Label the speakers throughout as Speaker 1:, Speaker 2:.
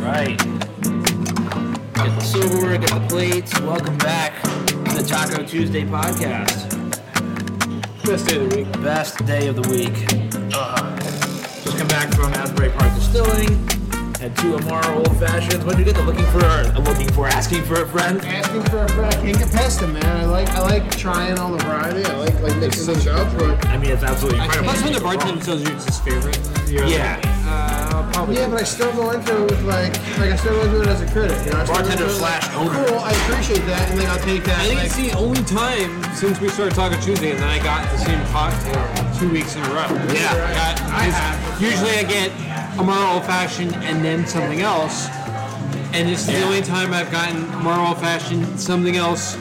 Speaker 1: right. Get the silverware, get the plates. Welcome back to the Taco Tuesday podcast.
Speaker 2: Best day of the week.
Speaker 1: Best day of the week.
Speaker 2: Just come back from Asbury Park.
Speaker 1: Distilling. Had two Amaro old fashions. What'd you get? The looking for, uh, looking for, asking for a friend.
Speaker 2: Asking for a friend. Can't get past them, man. I like I like trying all the variety. I like like mixing things up. But
Speaker 1: I mean, it's absolutely incredible.
Speaker 3: That's when the bartender tells you it's his favorite.
Speaker 1: Yeah.
Speaker 3: Uh, probably.
Speaker 2: yeah, but I still go into it with like like I still go into it as a critic. You know, I still go
Speaker 1: Bartender
Speaker 2: into it like,
Speaker 1: slash owner.
Speaker 2: Cool. I appreciate that, and like I'll take that.
Speaker 3: I think
Speaker 2: like,
Speaker 3: it's the only time since we started talking Tuesday and then I got the same cocktail two weeks in a row.
Speaker 1: Yeah.
Speaker 3: I got- it's- usually I get Amaro Old Fashioned and then something else. And it's the only time I've gotten Amaro Old Fashioned, something else,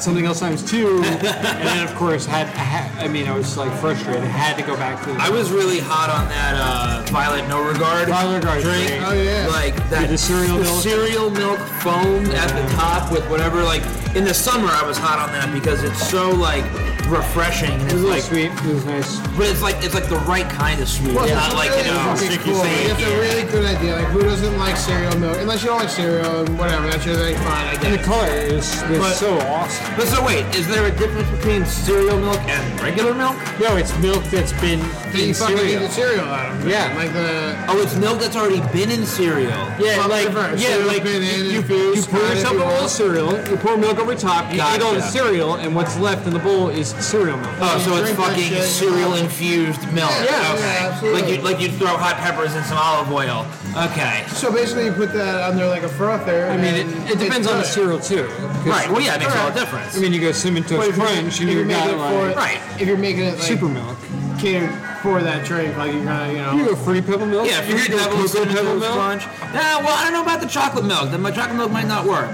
Speaker 3: something else times two. and then, of course, had, I, had, I mean, I was like frustrated. I had to go back to the.
Speaker 1: I was really hot on that uh, Violet No Regard.
Speaker 3: Violet No Regard
Speaker 1: drink. Uh,
Speaker 3: drink.
Speaker 2: Oh, yeah.
Speaker 1: Like that
Speaker 3: the cereal
Speaker 1: the
Speaker 3: milk.
Speaker 1: cereal milk foam at the top with whatever. Like in the summer, I was hot on that because it's so like refreshing. And
Speaker 3: it
Speaker 1: it's
Speaker 3: was
Speaker 1: like,
Speaker 3: sweet. It was nice.
Speaker 1: but it's like it's like the right kind of sweet.
Speaker 2: Plus,
Speaker 1: It's
Speaker 2: it's
Speaker 1: not like you
Speaker 2: really
Speaker 1: know
Speaker 2: fucking
Speaker 1: sticky
Speaker 2: cool. Like,
Speaker 1: sand.
Speaker 2: It's a really good idea. Like, who doesn't like cereal milk? Unless you don't like cereal and whatever, that's your thing. Fine, I
Speaker 3: And
Speaker 2: get
Speaker 3: the
Speaker 2: it.
Speaker 3: color is, is
Speaker 2: But-
Speaker 3: so awesome.
Speaker 1: But so wait, is there a difference between cereal milk and regular milk?
Speaker 3: No, it's milk that's been
Speaker 2: That
Speaker 3: in
Speaker 2: you fucking
Speaker 3: cereal.
Speaker 2: need the cereal out of.
Speaker 3: Yeah.
Speaker 2: like the
Speaker 1: Oh, it's milk that's already been in cereal.
Speaker 3: Yeah,
Speaker 2: Well,
Speaker 3: like
Speaker 2: different.
Speaker 3: yeah,
Speaker 2: Cereal's
Speaker 3: like you,
Speaker 2: been in,
Speaker 3: you,
Speaker 2: infused,
Speaker 3: you pour
Speaker 2: not
Speaker 3: yourself a
Speaker 2: if you
Speaker 3: bowl
Speaker 2: want.
Speaker 3: of cereal, you pour milk over top, you eat all the
Speaker 1: Gotcha.
Speaker 3: cereal, and what's left in the bowl is cereal milk.
Speaker 1: Oh, so it's
Speaker 2: Drink that
Speaker 1: fucking
Speaker 2: shit.
Speaker 1: cereal infused milk.
Speaker 2: Yeah,
Speaker 1: okay.
Speaker 2: yeah, absolutely.
Speaker 1: Like you like you throw hot peppers and some olive oil. Okay.
Speaker 2: So basically, you put that on there like a frother.
Speaker 3: I mean, it, it depends on the cereal too. 'cause-
Speaker 1: Right. Well, yeah, it makes all
Speaker 2: Alright.
Speaker 1: the difference.
Speaker 3: I mean, you go cinnamon
Speaker 2: But
Speaker 3: toast
Speaker 2: if you're-
Speaker 3: crunch,
Speaker 2: if
Speaker 3: and
Speaker 2: you're
Speaker 3: you
Speaker 2: making
Speaker 3: got
Speaker 2: it for
Speaker 3: like
Speaker 1: Right.
Speaker 2: if you're making it like
Speaker 3: super milk.
Speaker 2: catered for that drink, like you kind of you
Speaker 3: You
Speaker 2: know.
Speaker 3: go free pebble milk.
Speaker 1: yeah, if you're
Speaker 3: you
Speaker 1: gonna
Speaker 3: go
Speaker 1: have a
Speaker 3: cocoa
Speaker 1: cinnamon
Speaker 3: pebble
Speaker 1: toast
Speaker 3: milk.
Speaker 1: crunch. Nah, well, I don't know about the chocolate milk. Then my chocolate milk might not work.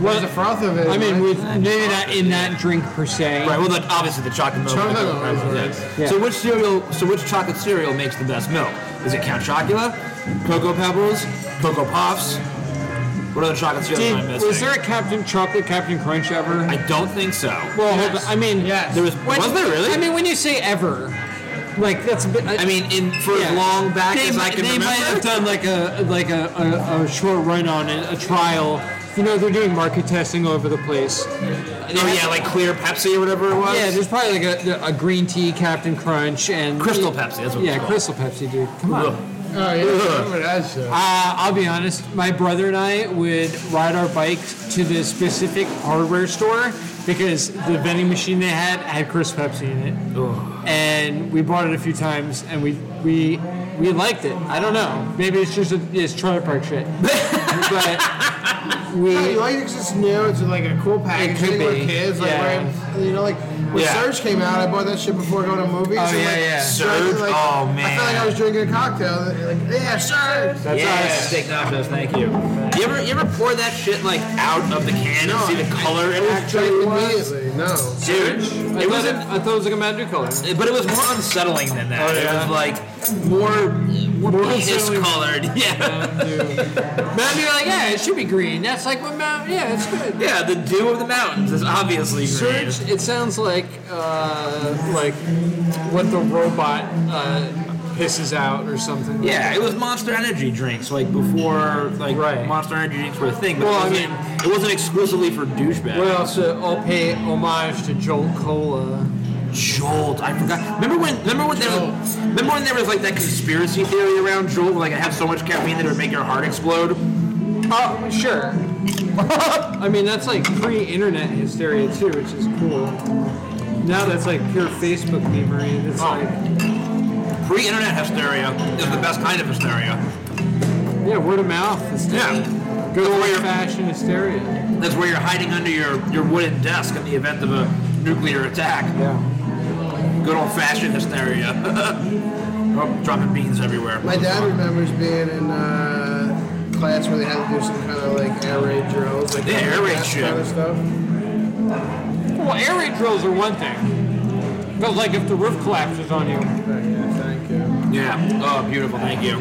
Speaker 2: Well, the froth of it.
Speaker 3: I mean,
Speaker 2: right?
Speaker 3: with maybe not in that drink per se.
Speaker 1: Right. Well, the, obviously the chocolate milk.
Speaker 2: Chocolate
Speaker 1: might
Speaker 2: milk
Speaker 1: work.
Speaker 2: works.
Speaker 1: Yeah.
Speaker 3: Yeah.
Speaker 1: So which cereal? So which chocolate cereal makes the best milk? Is it Count Chocula, Cocoa Pebbles, Cocoa Puffs? What other chocolate cereals am I
Speaker 3: Did,
Speaker 1: missing?
Speaker 3: was there a Captain Chocolate Captain Crunch ever?
Speaker 1: I don't think so.
Speaker 3: well, hold on. I mean,
Speaker 2: Yes.
Speaker 1: There was- was there really?
Speaker 3: I mean, when you say ever, like that's a bit.
Speaker 1: I mean, in for
Speaker 3: Yeah.
Speaker 1: as long back
Speaker 3: they,
Speaker 1: as I
Speaker 3: might-
Speaker 1: can
Speaker 3: they
Speaker 1: remember.
Speaker 3: might have done like a like a, a, a short run on it, a trial. You know, they're doing market testing all over the place. Uh,
Speaker 1: oh yeah, like clear Pepsi or whatever it was.
Speaker 3: Yeah, there's probably like a, a green tea Captain Crunch and
Speaker 1: Crystal Pepsi. That's what.
Speaker 3: Yeah,
Speaker 1: it's
Speaker 3: Crystal Pepsi, dude. Come on.
Speaker 1: called.
Speaker 3: Uh,
Speaker 2: oh yeah, remember that shit.
Speaker 3: I'll be honest. My brother and I would ride our bikes to the specific hardware store because the vending machine they had had Crystal Pepsi in it, and we bought it a few times, and we we we liked it. I don't know. Maybe it's just a, it's trailer park shit. but we
Speaker 2: Yeah, you like it 'cause it's new. It's like a cool package.
Speaker 3: could
Speaker 2: I think
Speaker 3: be,
Speaker 2: with kids, like
Speaker 3: yeah.
Speaker 2: where, you know, like when
Speaker 1: Yeah.
Speaker 2: Surge came out, I bought that shit before going to movies.
Speaker 3: Oh,
Speaker 2: and,
Speaker 3: yeah,
Speaker 2: like,
Speaker 3: yeah.
Speaker 1: Surge?
Speaker 2: like,
Speaker 1: Oh,
Speaker 2: I felt like
Speaker 1: man.
Speaker 2: I was drinking a cocktail. and, Like, yeah, Surge.
Speaker 3: that's
Speaker 1: yes,
Speaker 3: us.
Speaker 1: steak nachos. Thank you. You ever, you ever pour that shit like out of the can and see the color in it?
Speaker 2: Drank immediately. No.
Speaker 1: Dude,
Speaker 3: I
Speaker 1: it
Speaker 3: thought it,
Speaker 1: wasn't.
Speaker 3: I thought it was like a magic color.
Speaker 1: But it was more unsettling than that.
Speaker 3: Oh, yeah?
Speaker 1: It was like more, more, penis
Speaker 3: unsettling.
Speaker 1: colored. Yeah,
Speaker 3: But you're like, yeah, it should be green. That's like what Mount. Yeah, it's good.
Speaker 1: yeah. The dew of the mountains is obviously green.
Speaker 3: Surge. It sounds like uh, like what the robot uh, pisses out or something.
Speaker 1: Yeah, it was Monster Energy drinks, like before, like
Speaker 3: Right.
Speaker 1: Monster Energy drinks were a thing. But
Speaker 3: Well, I
Speaker 1: it, wasn't, it wasn't exclusively for douchebags.
Speaker 3: We also all uh, pay homage to Jolt Cola.
Speaker 1: Jolt. I forgot. Remember when? Remember when there? Was, remember when there was like that conspiracy theory around Jolt? Like I have so much caffeine that it would make your heart explode.
Speaker 3: Oh, sure. I mean, that's like pre-internet hysteria too, which is cool. Now that's like pure Facebook memery. It's like,
Speaker 1: Pre-internet hysteria is the best kind of hysteria.
Speaker 3: yeah, word of mouth. hysteria.
Speaker 1: Yeah.
Speaker 3: Good
Speaker 1: That's where
Speaker 3: old
Speaker 1: you're-
Speaker 3: fashioned hysteria.
Speaker 1: That's where you're hiding under your, your wooden desk in the event of a nuclear attack.
Speaker 3: Yeah.
Speaker 1: Good old-fashioned hysteria. oh, dropping beans everywhere.
Speaker 2: My dad remembers being in uh, class where they had to do some kind of like air raid drills, like
Speaker 1: Yeah, air raid
Speaker 2: that
Speaker 1: shit.
Speaker 2: kind of stuff.
Speaker 3: Well, air raid drills are one thing, but like if the roof collapses on you,
Speaker 2: But, yeah, thank you.
Speaker 1: Yeah. Oh, beautiful. Thank you.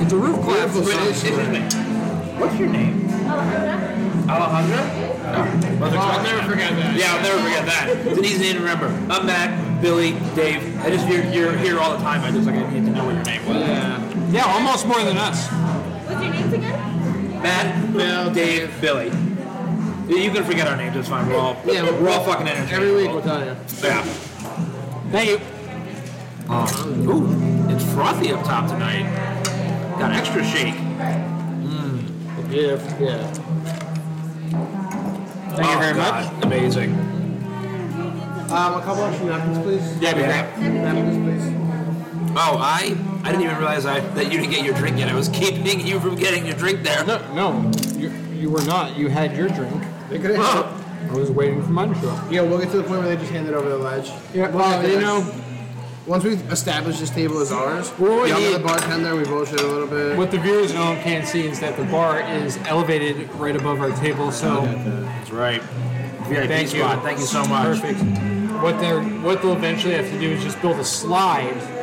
Speaker 3: if the roof
Speaker 2: Beautiful
Speaker 3: collapses,
Speaker 1: Wait,
Speaker 2: station.
Speaker 1: excuse me. What's your name? Alejandra. Alejandra? Oh, I'll never forget that. Yeah, I'll never forget that. It's an easy name to remember. I'm Matt, Billy, Dave. I just you're, you're here all the time. I just like I need to know what your name was.
Speaker 3: yeah, almost more than us.
Speaker 4: was your names again?
Speaker 1: Matt, Bill, Dave, Billy. You can forget our names. It's fine. We're all
Speaker 2: Yeah,
Speaker 1: we're all fucking entertained.
Speaker 2: Every week we'll tell you.
Speaker 1: Yeah.
Speaker 3: Thank you.
Speaker 1: Ooh, it's frothy up top tonight. Got extra shake.
Speaker 2: Yeah, yeah.
Speaker 3: Thank you very much.
Speaker 1: much. Oh, Amazing.
Speaker 2: Um, a couple extra napkins, please.
Speaker 1: Yeah,
Speaker 2: Napkins, please.
Speaker 1: Oh, I I didn't even realize I that you didn't get your drink yet. I was keeping you from getting your drink there.
Speaker 3: No, no, you, you were not. You had your drink.
Speaker 2: They could have.
Speaker 1: Oh,
Speaker 3: I was waiting for mine to show up.
Speaker 2: Yeah, we'll get to the point where they just hand it over the ledge.
Speaker 3: Yeah,
Speaker 2: We'll
Speaker 3: well,
Speaker 2: get
Speaker 3: you
Speaker 2: this.
Speaker 3: know,
Speaker 2: Once we've established this table is ours,
Speaker 3: Well,
Speaker 2: we yell
Speaker 3: yeah.
Speaker 2: at the bartender, we bullshit a little bit.
Speaker 3: what the viewers at home can't see is that the bar is elevated right above our table, so
Speaker 1: that's right. VIP
Speaker 3: thank you.
Speaker 1: spot. Thank you so much.
Speaker 3: Perfect. What they're what they'll eventually have to do is just build a slide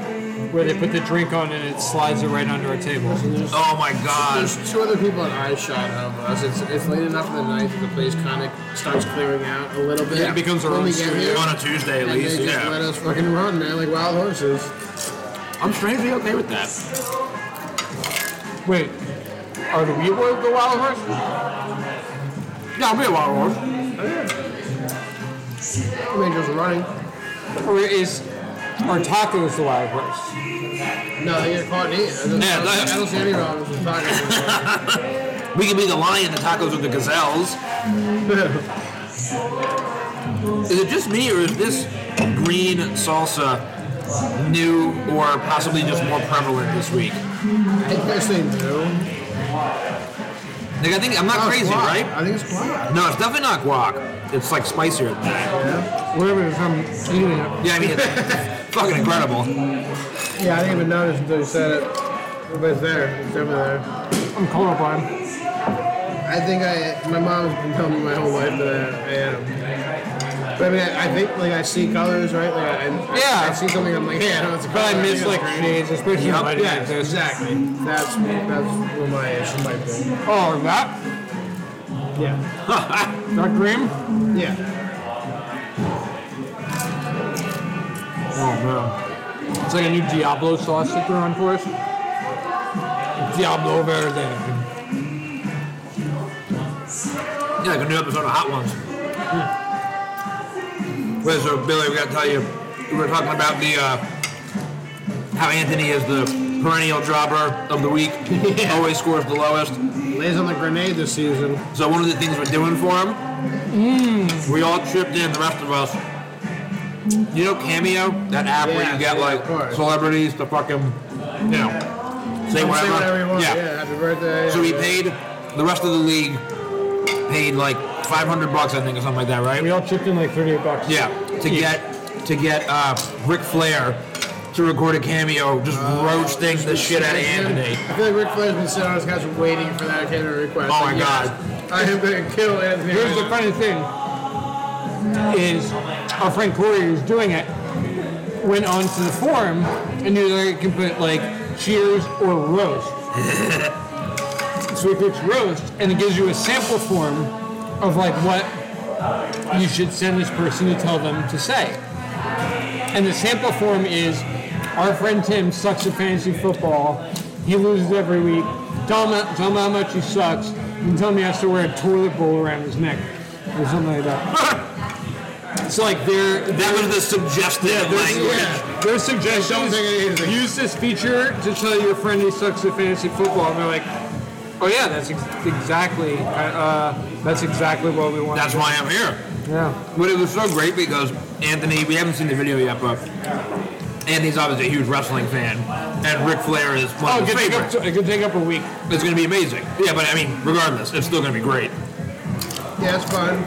Speaker 3: where they put the drink on and it slides it right under our table.
Speaker 1: Oh my god.
Speaker 2: There's two other people at eye shot of us. It's, it's late enough in the night that the place kind of starts clearing out a little bit.
Speaker 3: Yeah, it becomes our
Speaker 2: when
Speaker 3: own
Speaker 2: we get
Speaker 3: studio.
Speaker 2: here,
Speaker 1: On a Tuesday at
Speaker 2: and
Speaker 1: least.
Speaker 2: they just let
Speaker 1: Yeah.
Speaker 2: us fucking run, man, like wild horses.
Speaker 1: I'm strangely okay with that.
Speaker 3: Wait, are the we were the wild horse?
Speaker 1: Yeah, I'll be a wild horse.
Speaker 2: I mean, just running.
Speaker 3: Or is our tacos the wild horse?
Speaker 2: No, they get caught in it. I don't,
Speaker 1: Yeah,
Speaker 2: I don't,
Speaker 1: that-
Speaker 2: I don't see any problems with tacos.
Speaker 1: We can be the lion, the tacos, or the gazelles. is it just me, or is this green salsa new or possibly just more prevalent this week?
Speaker 2: I guess they do.
Speaker 1: Like, I think I'm not
Speaker 2: Oh, it's
Speaker 1: crazy,
Speaker 2: guac.
Speaker 1: right?
Speaker 2: I think it's guac.
Speaker 1: No, it's definitely not guac. It's like spicier than that.
Speaker 3: Wherever from Italy.
Speaker 1: Yeah, I mean, it's fucking incredible.
Speaker 2: Yeah, I didn't even notice until you said it. But it's there. It's over there.
Speaker 3: I'm colorblind.
Speaker 2: I think I. My mom's been telling me my whole life that I am. But I mean, I, I think like I see colors, right? Like I, I,
Speaker 3: Yeah.
Speaker 2: I see something. I'm like, hey, I know it's a color.
Speaker 3: But I miss
Speaker 2: think
Speaker 3: like
Speaker 2: it's green.
Speaker 3: shades, especially
Speaker 1: Yup.
Speaker 3: lighting
Speaker 2: Yeah,
Speaker 3: like this.
Speaker 2: exactly. That's that's where my issue might be.
Speaker 3: Oh, that?
Speaker 2: Yeah.
Speaker 3: That green?
Speaker 2: Yeah.
Speaker 3: Oh man. It's like a new Diablo sauce that they're on for us. Diablo Verde.
Speaker 1: Yeah, like a new episode of Hot Ones. Wait, so Billy, we gotta tell you, we were talking about the uh, how Anthony is the perennial jobber of the week, always scores the lowest.
Speaker 2: Lays on the grenade this season.
Speaker 1: So one of the things we're doing for him,
Speaker 2: Mm.
Speaker 1: we all chipped in, the rest of us. You know Cameo, that app where
Speaker 2: Yeah,
Speaker 1: you get
Speaker 2: yeah,
Speaker 1: like
Speaker 2: of course.
Speaker 1: celebrities to fucking, you know, say whatever.
Speaker 2: Say whatever you want.
Speaker 1: Yeah.
Speaker 2: Yeah. Happy birthday.
Speaker 1: So we paid the rest of the league paid like 500 bucks, I think, or something like that, right?
Speaker 3: We all chipped in like 38 bucks.
Speaker 1: Yeah. To get to get uh, Ric Flair to record a cameo, just roasting the shit out of Anthony.
Speaker 2: I feel like Ric Flair's been sitting on his couch waiting for that kind of request.
Speaker 1: Oh my
Speaker 2: Like, yes, I am going to kill Anthony.
Speaker 3: Here's
Speaker 2: right
Speaker 3: the
Speaker 2: now.
Speaker 3: funny thing is our friend Corey who's doing it went onto the forum and you there you can put like cheers or roast. so we picked roast and it gives you a sample form of like what you should send this person to tell them to say. And the sample form is our friend Tim sucks at fantasy football. He loses every week. Tell him, tell him how much he sucks and tell him he has to wear a toilet bowl around his neck or something like that. It's like they're
Speaker 1: That was the suggested language.
Speaker 3: yeah, their suggestions.
Speaker 2: Don't take it easy.
Speaker 3: Use this feature to tell your friend he sucks at fantasy football, and they're like, "Oh yeah, that's ex- exactly. Uh, that's exactly what we want."
Speaker 1: That's why I'm here.
Speaker 3: yeah.
Speaker 1: But it was so great because Anthony, we haven't seen the video yet, but Anthony's obviously a huge wrestling fan, and Ric Flair is one
Speaker 3: Oh,
Speaker 1: of
Speaker 3: it
Speaker 1: his
Speaker 3: could take up
Speaker 1: favorites.
Speaker 3: to, it could take up a week.
Speaker 1: It's going to be amazing. Yeah, but I mean, regardless, it's still going to be great.
Speaker 2: Yeah, it's fun.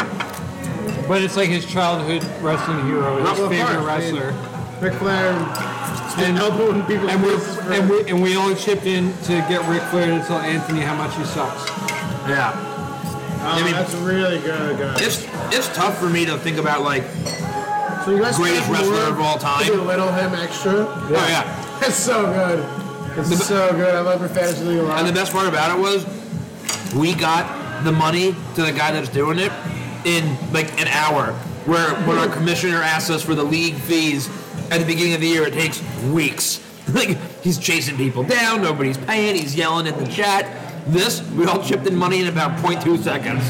Speaker 3: But it's like his childhood wrestling hero, his
Speaker 2: Well, of
Speaker 3: favorite
Speaker 2: course, I mean,
Speaker 3: wrestler,
Speaker 2: Ric Flair and elbowing people.
Speaker 3: and we and we and we all chipped in to get Ric Flair to tell Anthony how much he sucks.
Speaker 1: Yeah,
Speaker 2: I
Speaker 1: mean-
Speaker 2: mean, that's really good, guys.
Speaker 1: it's it's tough for me to think about like,
Speaker 2: So you guys
Speaker 1: greatest
Speaker 2: got
Speaker 1: wrestler
Speaker 2: more
Speaker 1: of all time.
Speaker 2: to Belittle him extra.
Speaker 1: oh yeah,
Speaker 2: It's so good.
Speaker 1: The-
Speaker 2: It's so good. I love your fantasy league a lot.
Speaker 1: And the best part about it was we got the money to the guy that's doing it in like an hour. Where when our commissioner asks us for the league fees at the beginning of the year, it takes weeks. Like he's chasing people down, nobody's paying, he's yelling in the chat. This, we all chipped in money in about 0.2 seconds.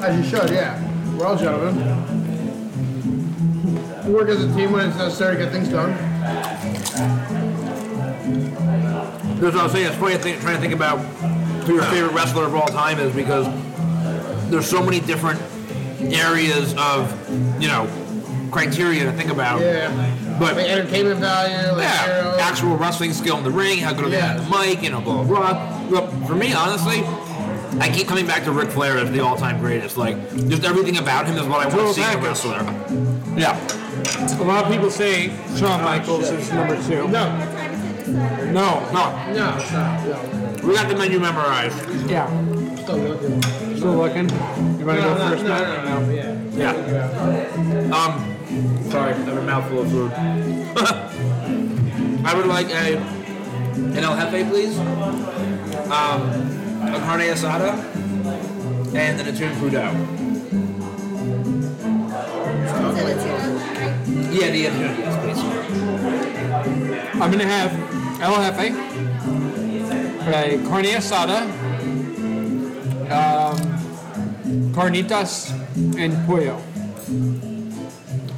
Speaker 2: As you should, yeah. We're all gentlemen. Work as a team when it's necessary to get things done.
Speaker 1: That's what I was saying. It's funny thing, trying to think about who your favorite wrestler of all time is because there's so many different areas of, you know, criteria to think about.
Speaker 2: Yeah.
Speaker 1: But
Speaker 2: Like entertainment value, like
Speaker 1: Yeah,
Speaker 2: hero.
Speaker 1: actual wrestling skill in the ring, how good yeah.
Speaker 2: Yeah.
Speaker 1: the mic, you know, blah blah. blah. Look, for me, honestly, I keep coming back to Ric Flair as the all-time greatest. Like, just everything about him is what I want to
Speaker 3: Total
Speaker 1: see in a
Speaker 3: package.
Speaker 1: wrestler. Yeah,
Speaker 3: A lot of people say Shawn Michaels is number two.
Speaker 2: No,
Speaker 3: No.
Speaker 1: no,
Speaker 2: no, it's not. No.
Speaker 1: we got the menu memorized.
Speaker 3: Yeah.
Speaker 2: Still looking.
Speaker 3: Still looking. You want to go
Speaker 2: no,
Speaker 3: first,
Speaker 2: no,
Speaker 3: Matt?
Speaker 2: no, no, yeah.
Speaker 1: Yeah. Um, sorry, I have a mouthful of food. I would like a an el jefe, please. Um, a carne asada, and an attuned crudo. Yeah, the attuned, yes, please.
Speaker 3: I'm gonna have El Jefe, uh, carne asada, um, carnitas, and pollo.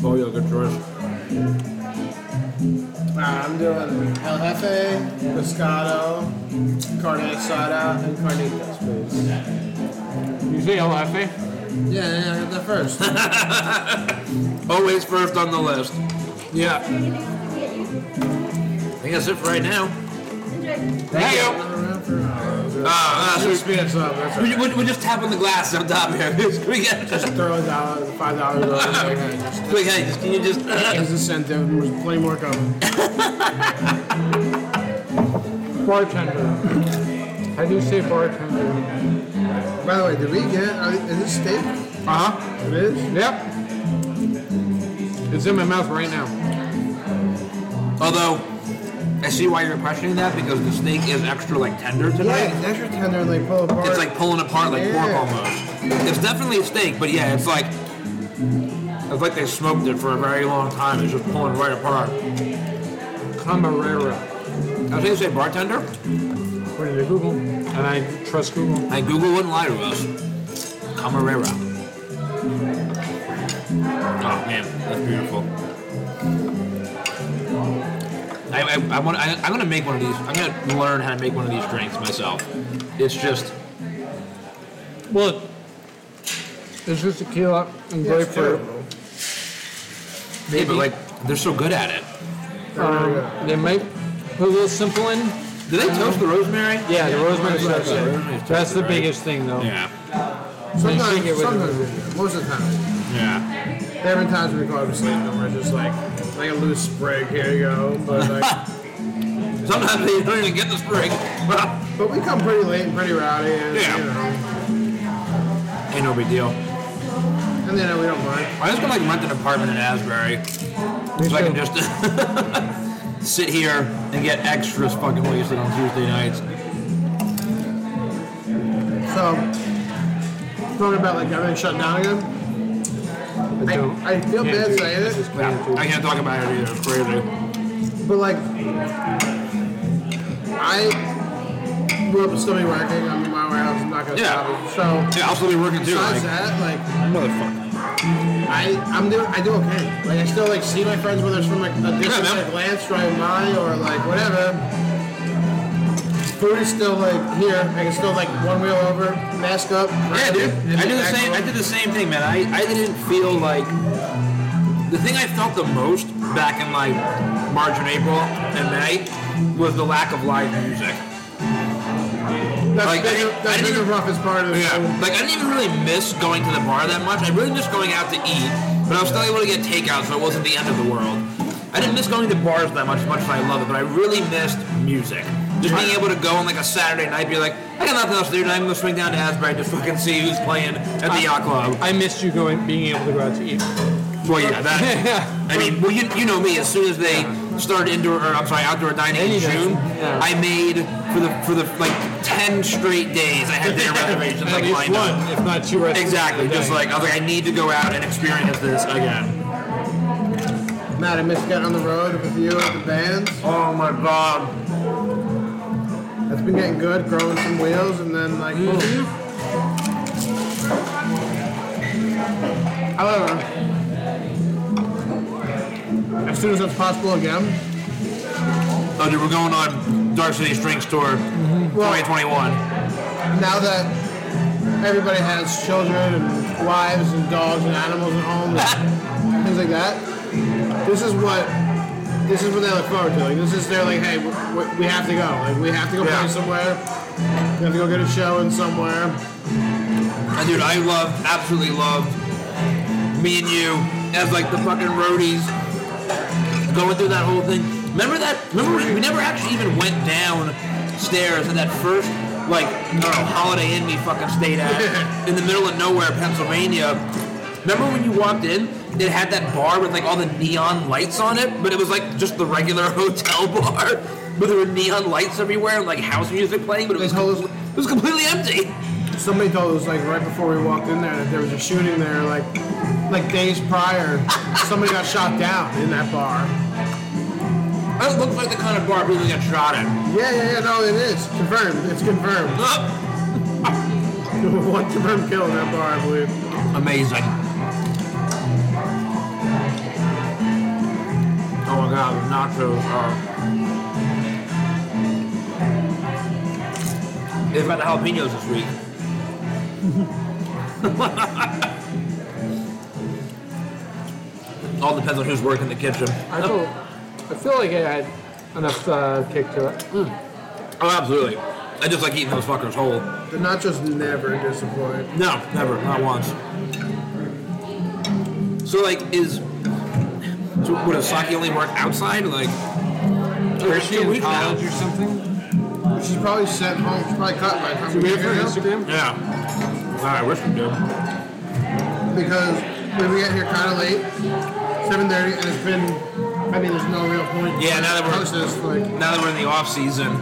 Speaker 1: Oh, yeah, good choice.
Speaker 2: Uh, I'm doing El Jefe, Pescado, Carne Asada, and Carnitas, please.
Speaker 3: You say El Jefe?
Speaker 2: Yeah, yeah, I got that first.
Speaker 1: Always first on the list.
Speaker 3: Yeah.
Speaker 1: I think that's it for right now. Thank you.
Speaker 2: Uh,
Speaker 1: Uh, uh,
Speaker 2: so speed us up. That's all
Speaker 1: we,
Speaker 2: right.
Speaker 1: we, we just tap on the glass on top here. Can we get
Speaker 2: Just throw a dollar, five dollars over.
Speaker 1: Quick, hey, just- can you just?
Speaker 2: As incentive, and there's plenty more coming.
Speaker 3: Bartender. I do say bartender.
Speaker 2: By the way, did we get? Are, is it steak?
Speaker 3: Uh huh.
Speaker 2: It is.
Speaker 3: Yep. It's in my mouth right now.
Speaker 1: Although, I see why you're questioning that because the steak is extra like tender
Speaker 2: Yeah,
Speaker 1: tonight.
Speaker 2: it's extra tender and they pull apart.
Speaker 1: It's like pulling apart like pork
Speaker 2: Yeah.
Speaker 1: almost. It's definitely a steak, but yeah, it's like it's like they smoked it for a very long time. It's just pulling right apart.
Speaker 3: Camarera.
Speaker 1: I was gonna say bartender.
Speaker 3: According to Google. And I trust Google.
Speaker 1: Like Google wouldn't lie to us. Camarera. Oh man, that's beautiful. I, I, I want, I, I'm gonna make one of these. I'm gonna learn how to make one of these drinks myself. It's just
Speaker 3: Well, it's just tequila and
Speaker 2: Yeah, it's
Speaker 3: grapefruit.
Speaker 2: terrible.
Speaker 1: Yeah, but like they're so good at it.
Speaker 3: Um, they might put a little simple in.
Speaker 1: Do they toast the rosemary?
Speaker 3: Yeah, the rosemary
Speaker 2: rosemary's
Speaker 3: stuff.
Speaker 1: toasted,
Speaker 3: That's the
Speaker 1: right?
Speaker 3: biggest thing, though.
Speaker 1: Yeah.
Speaker 2: Um,
Speaker 3: They shake
Speaker 2: Sometimes,
Speaker 3: it with
Speaker 2: sometimes we do. Most of the time.
Speaker 1: Yeah.
Speaker 2: There have been times we go up sleep and we're just like, like a loose sprig. Here you go. But like,
Speaker 1: Sometimes they don't even get the spring.
Speaker 2: but we come pretty late and pretty rowdy. And,
Speaker 1: Yeah.
Speaker 2: You know,
Speaker 1: Ain't no big deal.
Speaker 2: and then we don't mind.
Speaker 1: I just gonna like rent an apartment in Asbury so I can just sit here and get extras fucking wasted on Tuesday nights.
Speaker 2: So, talking about like everything shut down again. I,
Speaker 3: don't.
Speaker 2: I feel
Speaker 3: Can't do
Speaker 2: bad
Speaker 3: it.
Speaker 2: saying it,
Speaker 1: Yeah, I can't talk about it either. It's crazy.
Speaker 2: but like, I grew up and still be working. I'm in my warehouse. I'm not gonna
Speaker 1: Yeah.
Speaker 2: stop it. So
Speaker 1: Yeah, I'll still be working too.
Speaker 2: besides
Speaker 1: Like,
Speaker 2: that, like
Speaker 1: motherfucker.
Speaker 2: I I'm doing I do okay. Like I still like see my friends whether it's from like a distance,
Speaker 1: man.
Speaker 2: like glance driving by or like whatever. Food is still like here. I can still like one wheel over, mask up.
Speaker 1: Yeah,
Speaker 2: grab it,
Speaker 1: dude.
Speaker 2: and
Speaker 1: I did the
Speaker 2: back
Speaker 1: same.
Speaker 2: home.
Speaker 1: I did the same thing, man. I, I didn't feel like the thing I felt the most back in like March and April and May was the lack of live music.
Speaker 2: That's
Speaker 1: Like,
Speaker 2: been,
Speaker 1: I-
Speaker 2: the- that's
Speaker 1: I
Speaker 2: been the
Speaker 1: didn't-
Speaker 2: roughest part of the
Speaker 1: Yeah. Like I didn't even really miss going to the bar that much. I really missed going out to eat, but I was still able to get takeout, so it wasn't the end of the world. I didn't miss going to bars that much, as much as I love it, but I really missed music. Just being able to go on like a Saturday night, be like, I got nothing else to do tonight. I'm gonna swing down to Asbury to fucking see who's playing at the yacht club.
Speaker 3: I missed you going, being able to go out to eat.
Speaker 1: Well, yeah, that.
Speaker 3: yeah.
Speaker 1: I mean, well, you, you know me. As soon as they started indoor, or I'm sorry, outdoor dining in
Speaker 3: Any day.
Speaker 1: June,
Speaker 3: Yeah.
Speaker 1: I made for the for the like ten straight days. I had their reservations
Speaker 3: At
Speaker 1: like
Speaker 3: least
Speaker 1: lined
Speaker 3: one,
Speaker 1: up.
Speaker 3: if not two restaurants.
Speaker 1: Exactly.
Speaker 3: in a
Speaker 1: Just
Speaker 3: day.
Speaker 1: like I was like, I need to go out and experience this again.
Speaker 2: show. Matt,
Speaker 1: uh,
Speaker 2: I missed getting on the road with you at the bands.
Speaker 1: Oh my god.
Speaker 2: I It's been getting good, growing some wheels, and then like boom.
Speaker 1: Mm-hmm.
Speaker 2: I don't know. As soon as it's possible again.
Speaker 1: Oh, dude, we're going on Dark City Strings Tour
Speaker 3: Mm-hmm.
Speaker 1: 2021.
Speaker 2: Now that everybody has children and wives and dogs and animals at home and things like that, this is what this is what they look forward to. Like this is their like, hey, we, we have to go. Like we have to go
Speaker 1: Yeah.
Speaker 2: play somewhere. We have to go get a show in somewhere.
Speaker 1: And dude, I love, absolutely loved me and you as like the fucking roadies going through that whole thing. Remember that? Remember we never actually even went downstairs at that first like I don't know, Holiday Inn we fucking stayed at in the middle of nowhere, Pennsylvania. Remember when you walked in? It had that bar with like all the neon lights on it, but it was like just the regular hotel bar, but there were neon lights everywhere and like house music playing, but it was
Speaker 2: They told us-
Speaker 1: it was completely empty.
Speaker 2: Somebody told us like right before we walked in there that there was a shooting there like like days prior. somebody got shot down in that bar.
Speaker 1: That looks like the kind of bar people get shot at.
Speaker 2: Yeah, yeah, yeah. No, it is confirmed. It's confirmed.
Speaker 1: Up.
Speaker 2: One confirmed kill in that bar, I believe.
Speaker 1: Amazing. Oh my god, the nachos are. They've got the jalapenos this week. All depends on who's working the kitchen.
Speaker 2: I feel, I feel like it had enough uh, kick to it.
Speaker 1: Oh, absolutely. I just like eating those fuckers whole.
Speaker 2: The nachos never disappoint.
Speaker 1: No, never, not once. So like, is so would a sake only work outside? Like,
Speaker 3: Or is
Speaker 1: it's
Speaker 3: she
Speaker 1: two
Speaker 3: in
Speaker 1: weeks now.
Speaker 3: college or something?
Speaker 2: She's probably sent home. She's probably cut by the time
Speaker 3: Do
Speaker 2: we
Speaker 3: we
Speaker 2: get
Speaker 3: have her
Speaker 2: here
Speaker 3: Instagram?
Speaker 1: Yeah. I wish we did.
Speaker 2: because when we get here kind of late, seven thirty, and it's been. I mean, there's no real point.
Speaker 1: Yeah, now that we're-
Speaker 2: Post this, like
Speaker 1: Now that we're in the off season,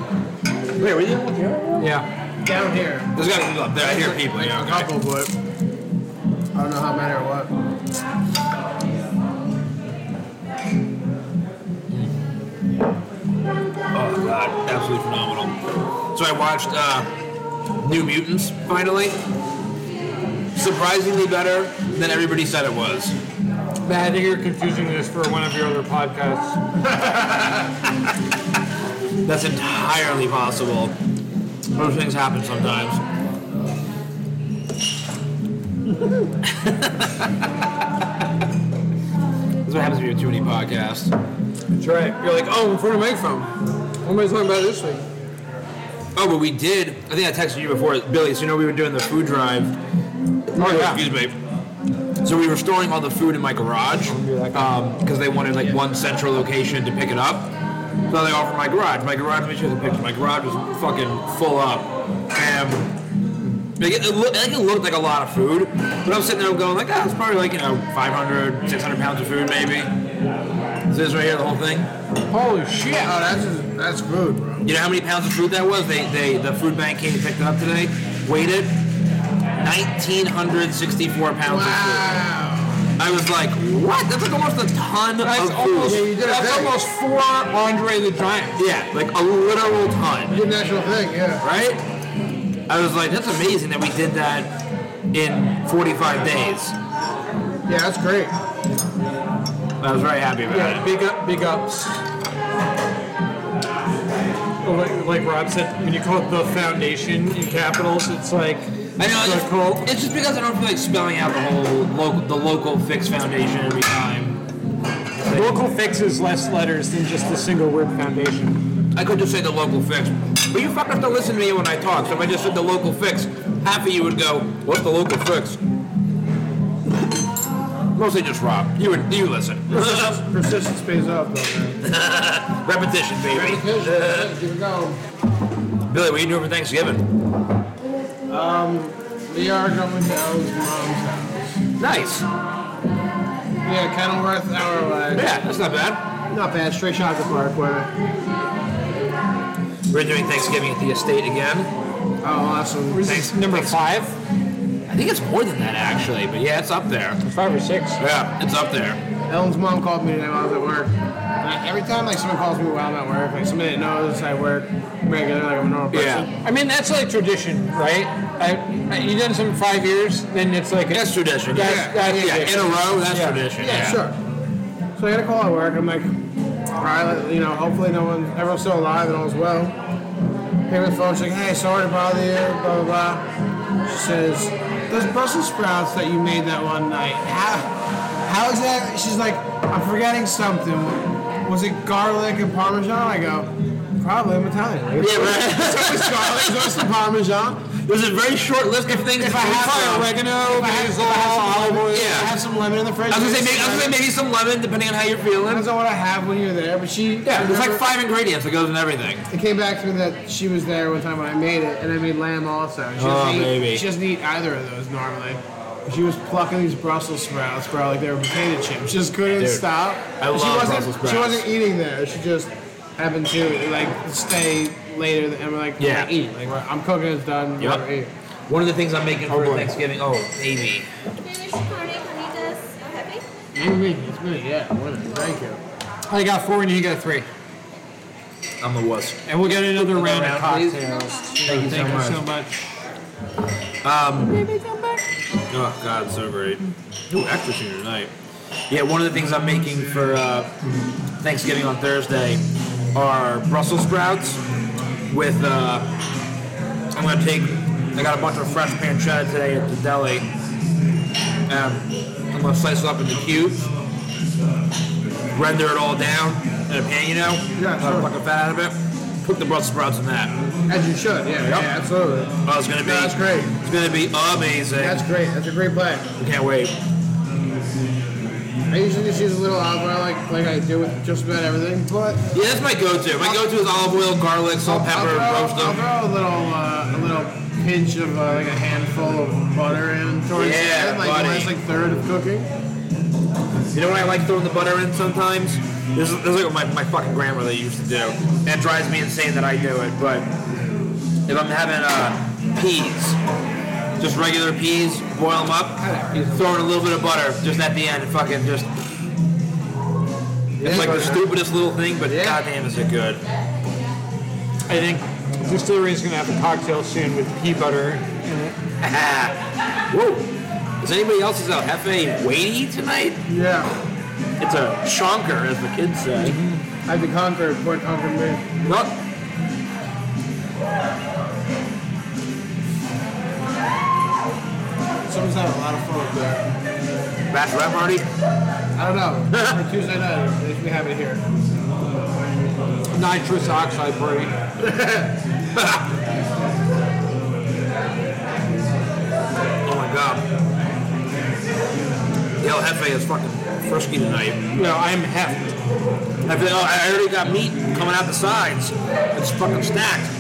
Speaker 1: wait, were you here?
Speaker 3: Yeah.
Speaker 2: down here.
Speaker 1: There's got to be people up there. I hear people. Yeah, okay.
Speaker 2: Couple, but I don't know how many or what.
Speaker 1: Oh god, absolutely phenomenal. So I watched uh, New Mutants finally. Surprisingly better than everybody said it was.
Speaker 3: Matt, I think you're confusing this for one of your other podcasts.
Speaker 1: That's entirely possible. Those things happen sometimes. That's what happens when you have too many podcasts.
Speaker 3: That's right.
Speaker 2: You're like, oh, in front of microphone. What am I talking about this week?
Speaker 1: Oh, but we did. I think I texted you before, Billy. So you know we were doing the food drive. Oh,
Speaker 3: yeah.
Speaker 1: Excuse me. So we were storing all the food in my garage because they wanted like one central location to pick it up. So they offered my garage. My garage, let me show you the picture. My garage was fucking full up, and like it, it, looked, like it looked like a lot of food. But I'm sitting there going like, ah, it's probably like you know 500, 600 pounds of food maybe. So this right here, the whole thing.
Speaker 3: Holy shit.
Speaker 2: Oh, that's just, that's food, bro.
Speaker 1: You know how many pounds of food that was? They, they the food bank came and picked it up today. Weighed it, 1,964 pounds of
Speaker 2: Wow.
Speaker 1: food. I was like, what? That's like almost a ton
Speaker 3: That's
Speaker 1: of
Speaker 3: almost,
Speaker 1: food.
Speaker 2: you did a
Speaker 3: that's
Speaker 2: thing.
Speaker 3: almost four Andre the Giant.
Speaker 1: Yeah, like a literal ton,
Speaker 2: Good national thing, yeah.
Speaker 1: right? I was like, that's amazing that we did that in 45 days.
Speaker 2: Yeah, that's great.
Speaker 1: I was very happy about
Speaker 3: Yeah, big up, big ups. Well, Like, like Rob said, when you call it the foundation in capitals, it's like
Speaker 1: I know
Speaker 3: the
Speaker 1: it's,
Speaker 3: cult.
Speaker 1: it's just because I don't feel like spelling out the whole local, the local fix foundation every time.
Speaker 3: Local fixes less letters than just the single word foundation.
Speaker 1: I could just say the local fix. But you fuckers don't listen to me when I talk, so if I just said the local fix, half of you would go, what's the local fix? Mostly just Rob. You would, you listen.
Speaker 2: Persistence pays off, though, man.
Speaker 1: Repetition, baby.
Speaker 2: Give it go.
Speaker 1: Billy, what are you doing for Thanksgiving?
Speaker 2: We are going to Elle's mom's house.
Speaker 1: Nice. Yeah,
Speaker 2: Yeah, Kenilworth, our way.
Speaker 1: that's not bad.
Speaker 2: Not bad, straight shot to Parkway.
Speaker 1: We're doing Thanksgiving at the estate again.
Speaker 2: Oh, awesome.
Speaker 1: Thanks.
Speaker 3: Number five,
Speaker 1: I think it's more than that, actually, but yeah, it's up there.
Speaker 3: five or six.
Speaker 1: Yeah, it's up there.
Speaker 2: Ellen's mom called me today while I was at work. And I- every time like someone calls me while I'm at work, like somebody that knows I work, regular, like I'm a normal person.
Speaker 1: Yeah.
Speaker 3: I mean, that's like tradition, right? I, I, you done some five years, then it's like a,
Speaker 1: That's tradition.
Speaker 3: That's,
Speaker 1: yeah.
Speaker 3: that's
Speaker 1: yeah, in
Speaker 3: tradition.
Speaker 1: a row, that's
Speaker 3: Yeah.
Speaker 1: tradition.
Speaker 2: Yeah, sure. So I got a call at work. I'm like, all right, you know, hopefully no one, everyone's still alive and all's well. Pick up the phone. She's like, hey, sorry to bother you. Blah blah blah. She says, those Brussels sprouts that you made that one night. How? How is that? She's like, I'm forgetting something. Was it garlic and parmesan? I go, probably. I'm Italian. Like, it's
Speaker 1: Yeah, right.
Speaker 2: always garlic. It's always some parmesan.
Speaker 1: There's a very short list of things.
Speaker 2: If I have
Speaker 1: to-
Speaker 2: oregano, basil, olive oil,
Speaker 1: yeah.
Speaker 2: I have some lemon in the fridge.
Speaker 1: I was gonna say maybe, I was gonna say maybe some lemon, depending on how you're feeling.
Speaker 2: Depends on what I have when you're there, but she.
Speaker 1: Yeah,
Speaker 2: I
Speaker 1: there's like
Speaker 2: remember-
Speaker 1: five ingredients that goes in everything.
Speaker 2: It came back to me that she was there one time when I made it, and I made lamb also. She doesn't
Speaker 1: Oh,
Speaker 2: eat,
Speaker 1: baby.
Speaker 2: She doesn't eat either of those normally. She was plucking these Brussels sprouts, bro, like they were potato chips. She just couldn't
Speaker 1: Dude,
Speaker 2: stop.
Speaker 1: I
Speaker 2: she
Speaker 1: love
Speaker 2: wasn't,
Speaker 1: Brussels sprouts.
Speaker 2: She wasn't eating there. She just happened to like stay later, and we're like,
Speaker 1: Yeah.
Speaker 2: yeah, eat. Like we're- I'm cooking, it's done.
Speaker 1: Yep.
Speaker 2: whatever, eat.
Speaker 1: One of the things I'm making for
Speaker 2: boy.
Speaker 1: Thanksgiving. Oh, baby.
Speaker 4: Danish carne carnitas heavy.
Speaker 2: You mean it's me? Yeah, winner. Thank you.
Speaker 3: I got four and you got three.
Speaker 1: I'm the wuss.
Speaker 3: And we'll get another round of
Speaker 1: round, please.
Speaker 3: cocktails.
Speaker 1: Thank you so
Speaker 3: Thank you
Speaker 1: much.
Speaker 3: so much.
Speaker 1: Oh God, it's so great. Ooh, extra senior tonight. Yeah, one of the things I'm making for uh, Thanksgiving on Thursday are Brussels sprouts with. Uh, I'm gonna take. I got a bunch of fresh pancetta today at the deli. Um, I'm gonna slice it up into cubes, render it all down in a pan, you know.
Speaker 2: Yeah,
Speaker 1: Cut a
Speaker 2: sure.
Speaker 1: Pluck the fat out of it. Cook the Brussels sprouts in that.
Speaker 2: As you should. Yeah, yeah, absolutely.
Speaker 1: Oh, it's gonna be.
Speaker 2: That's great.
Speaker 1: It's gonna be amazing.
Speaker 2: That's great. That's a great plan.
Speaker 1: Can't wait.
Speaker 2: I usually just use a little olive oil, like like I do with just about everything, but
Speaker 1: Yeah, that's my go-to. My go-to is olive oil, garlic, salt, pepper,
Speaker 2: I'll
Speaker 1: roast
Speaker 2: throw, I'll
Speaker 1: them.
Speaker 2: throw a little uh, a little pinch of uh, like a handful of butter in towards
Speaker 1: Yeah,
Speaker 2: the end, like
Speaker 1: buddy.
Speaker 2: the last like third of cooking.
Speaker 1: You know what I like throwing the butter in sometimes? This is, this is like what my, my fucking grandmother used to do. And it drives me insane that I do it, but if I'm having uh, peas, just regular peas, boil them up, throw in a little bit of butter just at the end and fucking just... It's like the stupidest little thing, but
Speaker 2: Yeah.
Speaker 1: goddamn is it good.
Speaker 3: I think Distillery is going to have a cocktail soon with pea butter in it.
Speaker 1: Whoa. Is anybody else's El Jefe weighty tonight?
Speaker 2: Yeah,
Speaker 1: It's a chonker, as the kids say.
Speaker 2: I have to conquer, boy, conquer me.
Speaker 1: Look.
Speaker 2: Someone's had a lot of fun up there.
Speaker 1: Bachelorette party?
Speaker 2: I don't know. For Tuesday night, it makes me happy here.
Speaker 3: Nitrous oxide party.
Speaker 1: Oh my god. The El Jefe is fucking frisky tonight.
Speaker 3: No, I'm heft.
Speaker 1: I feel oh, I already got meat coming out the sides. It's fucking stacked.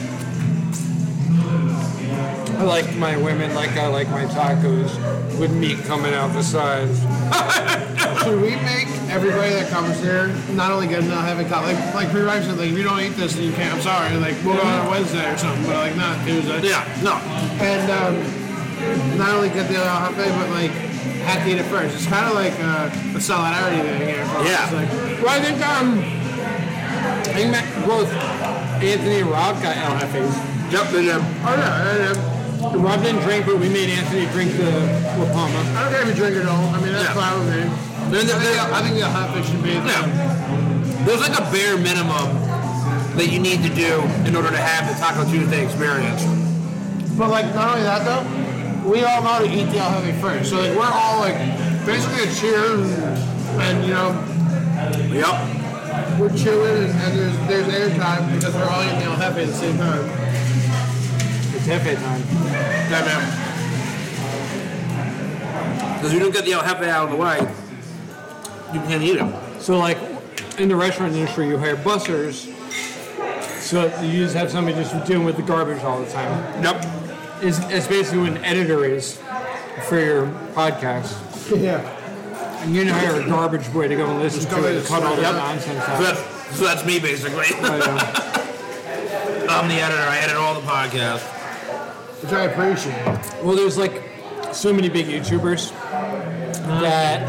Speaker 3: I like my women like I like my tacos with meat coming out the sides.
Speaker 2: Should we make everybody that comes here not only good not having cut like like prerequisite like if you don't eat this then you can't I'm sorry like we'll go on a Wednesday or something but like not Tuesday
Speaker 1: Yeah, no.
Speaker 2: and um, not only get the El Jefe but like have to eat it first it's kind of like uh, a solidarity thing here
Speaker 1: Yeah.
Speaker 2: it's like
Speaker 3: Well, I think um, I think that both Anthony and Rob got El Jefes.
Speaker 1: Yep, they do.
Speaker 2: oh no yeah, yeah.
Speaker 3: Rob didn't drink, but we made Anthony drink the La Palma.
Speaker 2: I don't care if you drink it all I mean that's
Speaker 1: Yeah.
Speaker 2: fine with me
Speaker 1: They're- they're-
Speaker 2: I think,
Speaker 1: they're-
Speaker 2: I think the El Jefe should be
Speaker 1: Yeah. There's like a bare minimum that you need to do in order to have the Taco Tuesday experience.
Speaker 2: But like not only that though, we all know to eat the El Jefe first. So like we're all like basically a cheer and, and you know
Speaker 1: Yep.
Speaker 2: we're chilling and, and there's there's air time because we're all eating the El Jefe at the same time.
Speaker 3: It's Jefe time.
Speaker 1: Yeah, man. Because you don't get the El Jefe out of the way, you can't eat it.
Speaker 3: So like in the restaurant industry, you hire bussers, so you just have somebody just dealing with the garbage all the time.
Speaker 1: Yep.
Speaker 3: It's, it's basically what an editor is for your podcast.
Speaker 2: Yeah.
Speaker 3: And you know, hire a garbage boy to go and listen
Speaker 2: come
Speaker 3: to it
Speaker 2: in
Speaker 3: and
Speaker 2: and
Speaker 3: cut all the
Speaker 2: sort it out.
Speaker 3: nonsense
Speaker 1: So
Speaker 3: out.
Speaker 1: that's, so that's me basically.
Speaker 3: But, um,
Speaker 1: I'm the editor. I edit all the podcasts.
Speaker 2: Which I appreciate.
Speaker 3: well, there's like so many big YouTubers that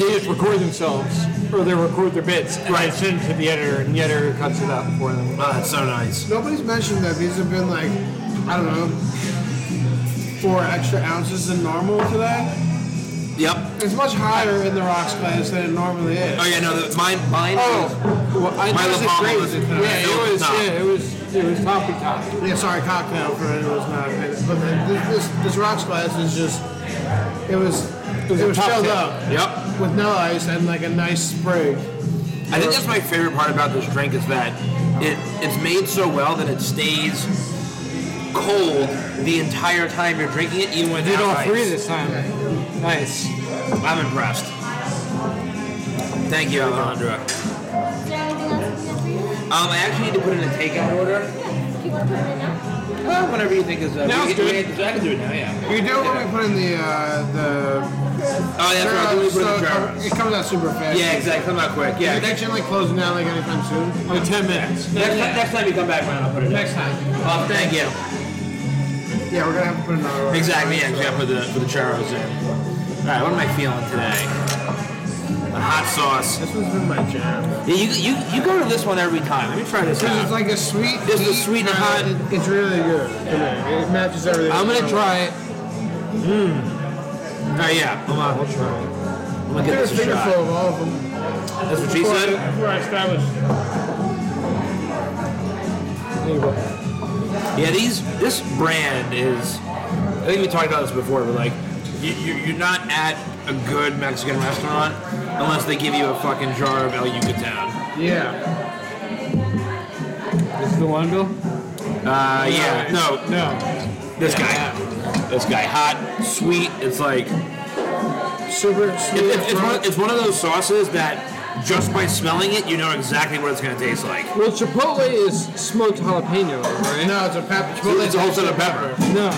Speaker 3: they just record themselves or they record their bits and right. send it to the editor, and the editor cuts it up for them.
Speaker 1: Oh, that's so nice.
Speaker 2: Nobody's mentioned that these have been like, I don't know, four extra ounces than normal today.
Speaker 1: Yep.
Speaker 2: It's much higher in the rocks class than it normally is.
Speaker 1: Oh yeah, no, the, mine, mine.
Speaker 2: well, I
Speaker 1: My
Speaker 2: noticed
Speaker 1: La Palma
Speaker 2: it Oh, great.
Speaker 1: was-
Speaker 2: yeah,
Speaker 3: Yeah, it was. Yeah, it was. It was top and top.
Speaker 2: yeah, sorry, cocktail for anyone who's not. But the, this this rocks class is just, it was, it was, filled up
Speaker 1: Yep.
Speaker 2: with no ice and like a nice sprig.
Speaker 1: I think that's my favorite part about this drink is that it, it's made so well that it stays cold the entire time you're drinking it, even when
Speaker 3: Did all
Speaker 1: ice.
Speaker 3: three this time. Nice.
Speaker 1: I'm impressed. Thank you, Alejandra.
Speaker 4: Is there anything else we can do for you?
Speaker 1: Um, I actually need to put in a takeout order.
Speaker 4: Yeah. Do you want to put it in now?
Speaker 1: Well, whenever you think is. Uh,
Speaker 3: No,
Speaker 1: we
Speaker 3: it's
Speaker 1: can- we
Speaker 3: good.
Speaker 1: can- I can do it now. Yeah.
Speaker 2: You do it when we put in the uh, the.
Speaker 1: Oh, yeah, that's right. I do need to put it in the
Speaker 2: so
Speaker 1: jar.
Speaker 2: it comes out super fast.
Speaker 1: Yeah, exactly. Come out quick. uh, Yeah.
Speaker 2: Is it
Speaker 1: Next,
Speaker 2: actually like closing down like anytime soon?
Speaker 3: Like ten minutes.
Speaker 1: next, ti- next time you come back, man, I'll put it in.
Speaker 2: Next time.
Speaker 1: Oh, thank you.
Speaker 2: Yeah, we're gonna have to put another one.
Speaker 1: Exactly, yeah, yeah, for the for the churros in. Alright, what am I feeling today? The hot sauce.
Speaker 2: This one's been my jam.
Speaker 1: Yeah, you, you you go to this one every time. Let me try this
Speaker 2: This is
Speaker 1: out.
Speaker 2: like a sweet.
Speaker 1: This is
Speaker 2: heat
Speaker 1: sweet and hot.
Speaker 2: It's really good. Come here, It matches everything.
Speaker 3: I'm gonna try it.
Speaker 1: Oh Mm. yeah, come on, we'll try it. I'm gonna give
Speaker 2: There's
Speaker 1: this
Speaker 2: a
Speaker 1: a shot.
Speaker 2: fingerful of all of them.
Speaker 1: That's what she said.
Speaker 2: I establish.
Speaker 1: Yeah, these this brand is. I think we talked about this before, but like, you, you, you're not at a good Mexican restaurant unless they give you a fucking jar of El Yucatan.
Speaker 2: Yeah.
Speaker 3: This is the one, Bill.
Speaker 1: Uh, yeah, no,
Speaker 2: No.
Speaker 1: this guy, this guy, hot, sweet. It's like
Speaker 2: Super
Speaker 1: It-
Speaker 2: sweet.
Speaker 1: it- it's, one, it's one of those sauces that just by smelling it, you know exactly what it's going to taste like.
Speaker 3: Well, Chipotle is smoked jalapeno, right?
Speaker 2: no, it's a pepper.
Speaker 1: It's a whole set of pepper.
Speaker 3: No.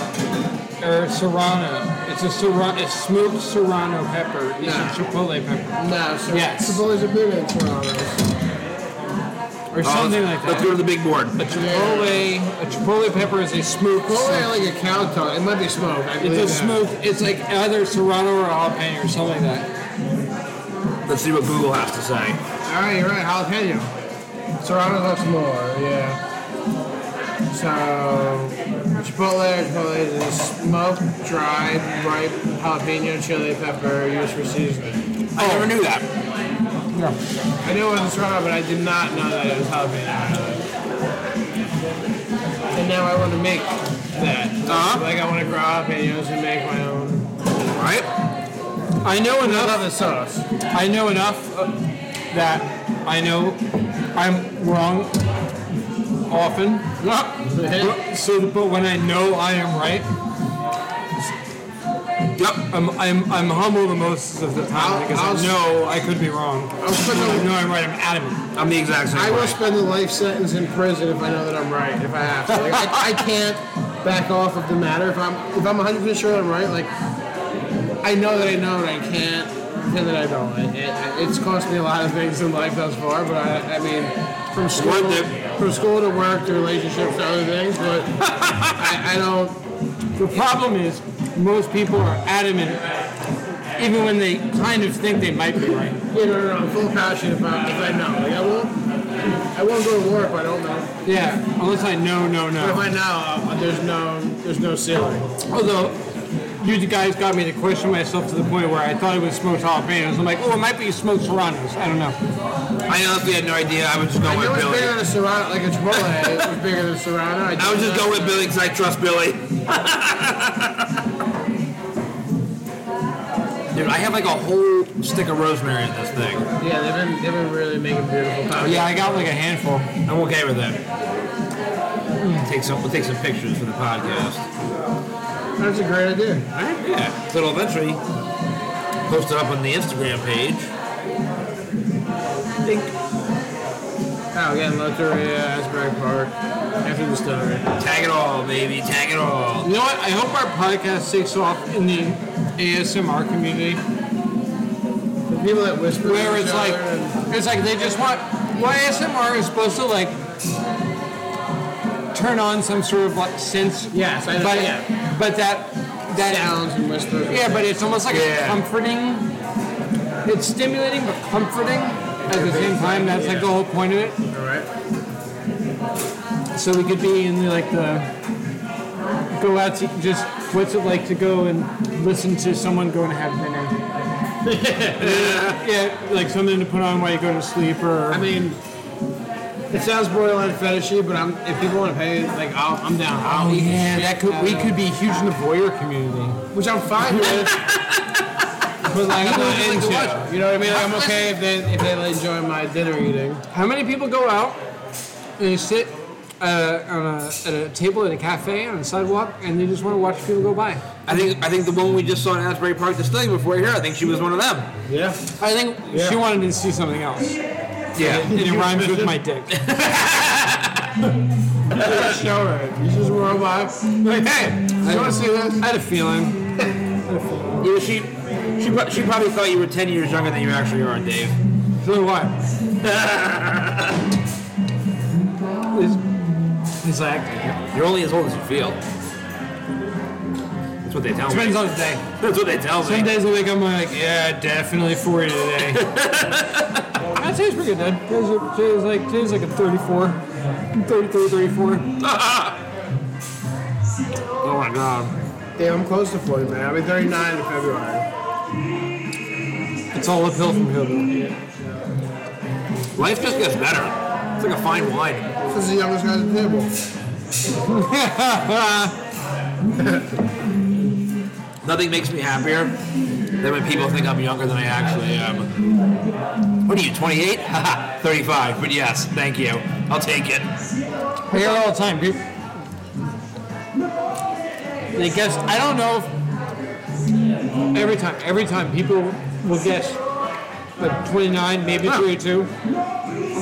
Speaker 3: Or serrano. It's a serrano. It's smoked serrano pepper. It's
Speaker 2: No.
Speaker 3: a chipotle pepper.
Speaker 2: No, so
Speaker 3: Yes.
Speaker 2: Chipotle's a big one for all those.
Speaker 3: Or something
Speaker 1: Oh,
Speaker 3: like
Speaker 1: Let's go
Speaker 3: that.
Speaker 1: to the big board.
Speaker 3: A chipotle, a chipotle pepper is a smoked.
Speaker 2: Chipotle had like a cow tongue. It might be smoked. I
Speaker 3: It's
Speaker 2: believe
Speaker 3: a
Speaker 2: that.
Speaker 3: smoked. It's like either serrano or jalapeno or something like that.
Speaker 1: Let's see what Google has to say.
Speaker 2: All right, you're right. Jalapeno. Serrano looks more, yeah. So, Chipotle, Chipotle is a smoked, dried, ripe jalapeno chili pepper used for seasoning.
Speaker 1: I
Speaker 3: Oh.
Speaker 1: never knew that.
Speaker 2: I knew it was a Serrano, but I did not know that it was jalapeno. And now I want to make that.
Speaker 1: Uh-huh.
Speaker 2: Like, I want to grow jalapenos and make my own.
Speaker 1: All right.
Speaker 3: I know
Speaker 2: I
Speaker 3: enough.
Speaker 2: love the sauce.
Speaker 3: I know enough uh, that I know I'm wrong often. But- So, but when I know I am right,
Speaker 1: Yep.
Speaker 3: I'm, I'm, I'm humble the most of the time
Speaker 2: I'll-
Speaker 3: because
Speaker 2: I'll
Speaker 3: i
Speaker 2: s-
Speaker 3: know I could be wrong.
Speaker 2: I'll spend
Speaker 3: When I
Speaker 2: the-
Speaker 3: know I'm right. I'm adamant.
Speaker 1: I'm the exact same
Speaker 2: I will
Speaker 1: way.
Speaker 2: spend a life sentence in prison if I know that I'm right. If I have to, like, I, I can't back off of the matter. If I'm if I'm 100 percent sure I'm right, like I know that I know and I can't pretend that I don't. It, it, it's cost me a lot of things in life thus far, but I, I mean, from school,
Speaker 1: Worth it.
Speaker 2: from school to work to relationships to other things, but I, I don't.
Speaker 3: The problem is most people are adamant, even when they kind of think they might be right.
Speaker 2: You know, I'm full passion if I, if I know. Like I won't, I won't go to war if I don't know.
Speaker 3: Yeah, unless I know, no,
Speaker 2: But if
Speaker 3: no.
Speaker 2: I know, uh, there's no, there's no ceiling.
Speaker 3: Although, you guys got me to question myself to the point where I thought it was smoked jalapenos. I'm like, oh, it might be smoked serranos. I don't know.
Speaker 1: I honestly had no idea. I would just
Speaker 2: I
Speaker 1: go
Speaker 2: knew it
Speaker 1: with
Speaker 2: was
Speaker 1: Billy.
Speaker 2: bigger than a Serrano, like a Chipotle. it was bigger than a Serrano. I,
Speaker 1: I would
Speaker 2: did
Speaker 1: just
Speaker 2: not-
Speaker 1: go with Billy because I trust Billy. Dude, I have like a whole stick of rosemary in this thing.
Speaker 2: Yeah, they've been they've been really making beautiful
Speaker 3: Oh,
Speaker 2: coffee.
Speaker 3: yeah, I got like a handful.
Speaker 1: I'm okay with that. Take some. We'll take some pictures for the podcast.
Speaker 2: that's a great idea.
Speaker 1: Alright, yeah. So it'll eventually post it up on the Instagram page.
Speaker 2: Oh, again, Loteria, Asbury Park, after the story.
Speaker 1: Tag it all, baby. Tag it all.
Speaker 3: You know what? I hope our podcast takes off in the ASMR community,
Speaker 2: The people that whisper. to
Speaker 3: where
Speaker 2: each
Speaker 3: it's like,
Speaker 2: other and-
Speaker 3: it's like they just want. Well, ASMR is supposed to like turn on some sort of like sense.
Speaker 2: Yes, I know,
Speaker 3: but
Speaker 2: yeah.
Speaker 3: but that that
Speaker 2: sounds and whispers.
Speaker 3: Yeah, but it's almost like
Speaker 1: Yeah.
Speaker 3: a comforting. It's stimulating but comforting. at the same time. That's like the whole point of it.
Speaker 2: All right.
Speaker 3: So we could be in the, like the go out to just what's it like to go and listen to someone go and have dinner. yeah, like something to put on while you go to sleep or
Speaker 2: I mean, it sounds borderline fetishy, but I'm if people want to pay, like I'll, I'm down. I'll
Speaker 3: Oh
Speaker 2: eat the
Speaker 3: yeah,
Speaker 2: shit
Speaker 3: that could
Speaker 2: out
Speaker 3: we
Speaker 2: of
Speaker 3: could be huge in the voyeur community.
Speaker 2: it, which I'm fine with. But like I'm not
Speaker 1: Like,
Speaker 2: into,
Speaker 1: what?
Speaker 2: you know what I mean? Like, I'm okay if they if they enjoy my dinner eating.
Speaker 3: How many people go out and they sit uh, on a, at a table at a cafe on a sidewalk and they just want to watch people go by?
Speaker 1: I think I think the woman we just saw in Asbury Park Distilling before here, I think she was one of them.
Speaker 2: Yeah.
Speaker 3: I think she wanted to see something else.
Speaker 1: Yeah.
Speaker 3: And it rhymes with my dick.
Speaker 2: Show her. This is where I'm Like, hey, you want to see this?
Speaker 3: I had a feeling.
Speaker 1: yeah she, she pro- she probably thought you were ten years younger than you actually are, Dave.
Speaker 3: So what? it's, it's like
Speaker 1: You're only as old as you feel. That's what they tell me.
Speaker 3: depends on the day.
Speaker 1: That's what they tell me.
Speaker 3: Some days a week I'm like, yeah, definitely 40 today. That tastes pretty good, Dad. Today's, today's like today's like a 34, 33, 34.
Speaker 1: Oh my god.
Speaker 2: Damn, I'm close to 40, man. I'll be 39 in February.
Speaker 3: It's all uphill from here. though.
Speaker 1: Life just gets better. It's like a fine wine.
Speaker 2: This is the youngest guy at the table.
Speaker 1: Nothing makes me happier than when people think I'm younger than I actually am. What are you, 28? Haha, 35. But yes, thank you. I'll take it.
Speaker 3: I hear it all the time. People. They guess. I don't know. If, every time, every time people will guess, like 29, maybe
Speaker 1: Huh.
Speaker 3: 32. I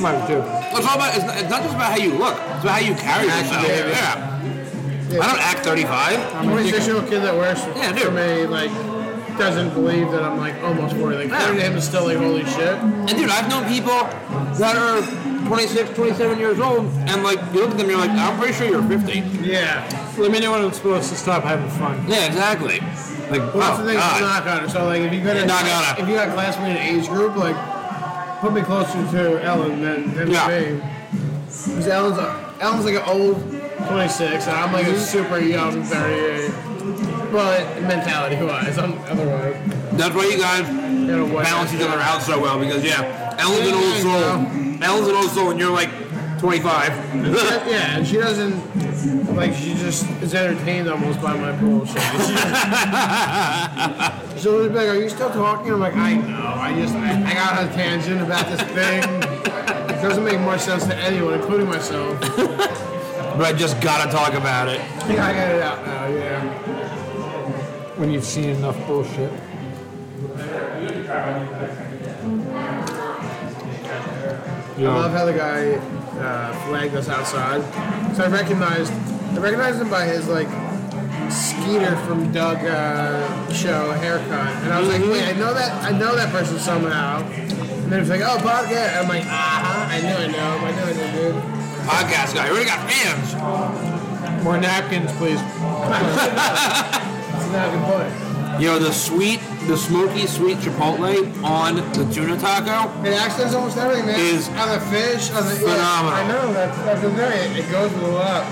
Speaker 3: might have two.
Speaker 1: It's all about. It's not, it's not just about how you look. It's about how you carry yourself.
Speaker 2: behave.
Speaker 1: Yeah. I don't act 35.
Speaker 2: 26 year old kid that works
Speaker 1: Yeah, dude.
Speaker 2: for me, like, doesn't believe that I'm like almost 40. Like, 40 to him is still like, holy shit.
Speaker 1: And dude, I've known people that are 26, 27 years old, and like you look at them, you're like, I'm pretty sure you're 50.
Speaker 2: Yeah.
Speaker 3: Let me know when I'm supposed to stop having fun.
Speaker 1: Yeah, exactly. Like,
Speaker 2: Well, that's
Speaker 1: oh,
Speaker 2: the thing, it's
Speaker 1: God.
Speaker 2: knock on it. So, like, if you got a,
Speaker 1: Yeah, knock on it.
Speaker 2: if you got a classmate in age group, like, put me closer to Ellen than, than
Speaker 1: Yeah.
Speaker 2: me. Because Ellen's, a- Ellen's like an old 26, and I'm like a super young 38. But mentality wise, I'm otherwise.
Speaker 1: That's why you guys
Speaker 2: You know, what-
Speaker 1: balance each other out so well because yeah, Ellen's an old soul. Ellen's an old soul, and you're like 25.
Speaker 2: Yeah, and she doesn't like she just is entertained almost by my bullshit. She just- She'll just be like, "Are you still talking?" I'm like, "I know. I just I, I got on a tangent about this thing. It doesn't make much sense to anyone, including myself.
Speaker 1: but I just gotta talk about it.
Speaker 2: Yeah, I got it out now. Yeah.
Speaker 3: When you've seen enough bullshit.
Speaker 2: I love how the guy uh, flagged us outside. So I recognized I recognized him by his like Skeeter from Doug uh, show haircut, and I was like, wait, I know that I know that person somehow. And then it's like, oh, Bob Gett. I'm like, ah, I knew I know him. I knew I knew him, dude.
Speaker 1: Podcast guy, you already got fans.
Speaker 3: More napkins, please.
Speaker 2: It's not a good point.
Speaker 1: You know the sweet, the smoky sweet chipotle on the tuna taco.
Speaker 2: It accidents almost everything, man.
Speaker 1: Is
Speaker 2: on the fish, on the yeah,
Speaker 1: phenomenal.
Speaker 2: I know that's that's the thing. It, it goes with a lot.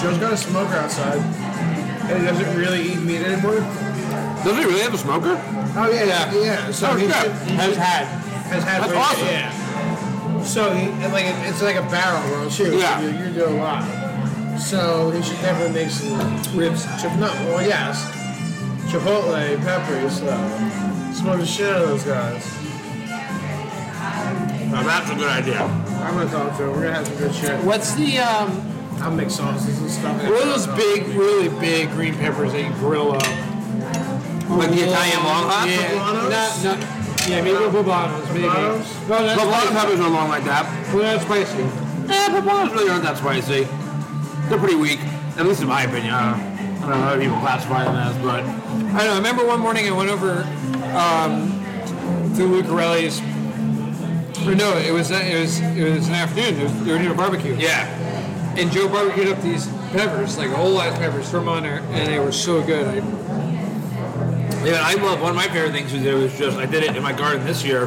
Speaker 2: Joe's got a smoker outside, and he doesn't really eat meat anymore.
Speaker 1: Does he really have a smoker?
Speaker 2: Oh yeah, yeah. yeah. So
Speaker 1: Oh,
Speaker 2: he
Speaker 1: crap.
Speaker 2: should- he
Speaker 3: Has
Speaker 2: should-
Speaker 3: had.
Speaker 2: has had.
Speaker 1: That's
Speaker 2: for-
Speaker 1: awesome.
Speaker 2: Yeah. So he and like it- it's like a barrel roll too.
Speaker 1: Yeah.
Speaker 2: So you're, you're doing a lot. So he should definitely make some ribs. Chip, no, well yes, chipotle, peppers. So smoke the shit out of those guys.
Speaker 1: Now that's a good idea.
Speaker 2: I'm gonna talk to him. We're gonna have some good shit.
Speaker 3: What's the um?
Speaker 2: I'll make sauces and stuff.
Speaker 3: What are those big, really big green peppers that you grill up?
Speaker 1: Like the Italian long hot.
Speaker 3: Yeah,
Speaker 2: poblanos?
Speaker 3: not, not, yeah, maybe poblanos, maybe.
Speaker 2: Poblanos?
Speaker 3: No, that's
Speaker 1: The long
Speaker 3: spicy.
Speaker 1: peppers are long like that.
Speaker 3: Well, that's spicy.
Speaker 1: Eh, poblanos really aren't that spicy. They're pretty weak, at least in my opinion. I don't know, I don't know how people classify them as, but.
Speaker 3: I know. I remember one morning I went over um, to Lucarelli's. Or no, it was it was it was an afternoon. It was, they were doing a barbecue.
Speaker 1: Yeah.
Speaker 3: And Joe barbecued up these peppers, like whole ass peppers from on there, and they were so good. I
Speaker 1: Yeah, I love one of my favorite things to do is just I did it in my garden this year.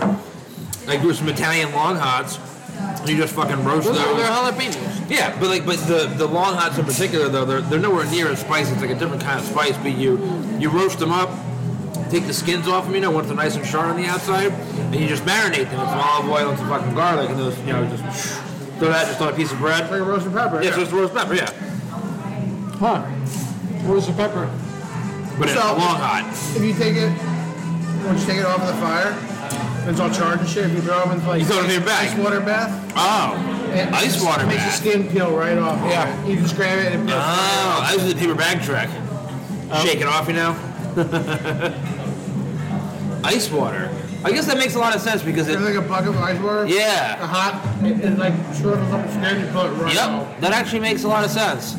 Speaker 1: I grew some Italian long hots. You just fucking roast
Speaker 2: Those
Speaker 1: those.
Speaker 2: are, they're jalapenos.
Speaker 1: Yeah, but like, but the the long hots in particular though, they're, they're nowhere near as spicy. It's like a different kind of spice. But you you roast them up, take the skins off them. You know, once they're nice and sharp on the outside, and you just marinate them with some olive oil and some fucking garlic, and those you know just throw that just on a piece of bread.
Speaker 2: Like a roasted pepper.
Speaker 1: Yeah, so it's roast pepper. Yeah,
Speaker 3: Huh. Where's the pepper?
Speaker 1: but it's a
Speaker 2: So-
Speaker 1: long hot.
Speaker 2: If you take it, once you take it off of the fire, and it's all charred and shit. If you throw them in like
Speaker 1: You throw them in your
Speaker 2: ice-
Speaker 1: bag.
Speaker 2: ice water bath,
Speaker 1: Oh,
Speaker 2: it
Speaker 1: ice
Speaker 2: just
Speaker 1: water
Speaker 2: makes
Speaker 1: bath.
Speaker 2: the skin peel right off.
Speaker 1: Yeah.
Speaker 2: you just grab it and it peels.
Speaker 1: oh, I was the paper bag trick.
Speaker 3: Oh.
Speaker 1: Shake it off, you know. Ice water. I guess that makes a lot of sense because it.
Speaker 2: There's like a bucket of ice water.
Speaker 1: Yeah.
Speaker 2: A hot, it, it like shriveled up the skin, you put it right off.
Speaker 1: Yep, that actually makes a lot of sense.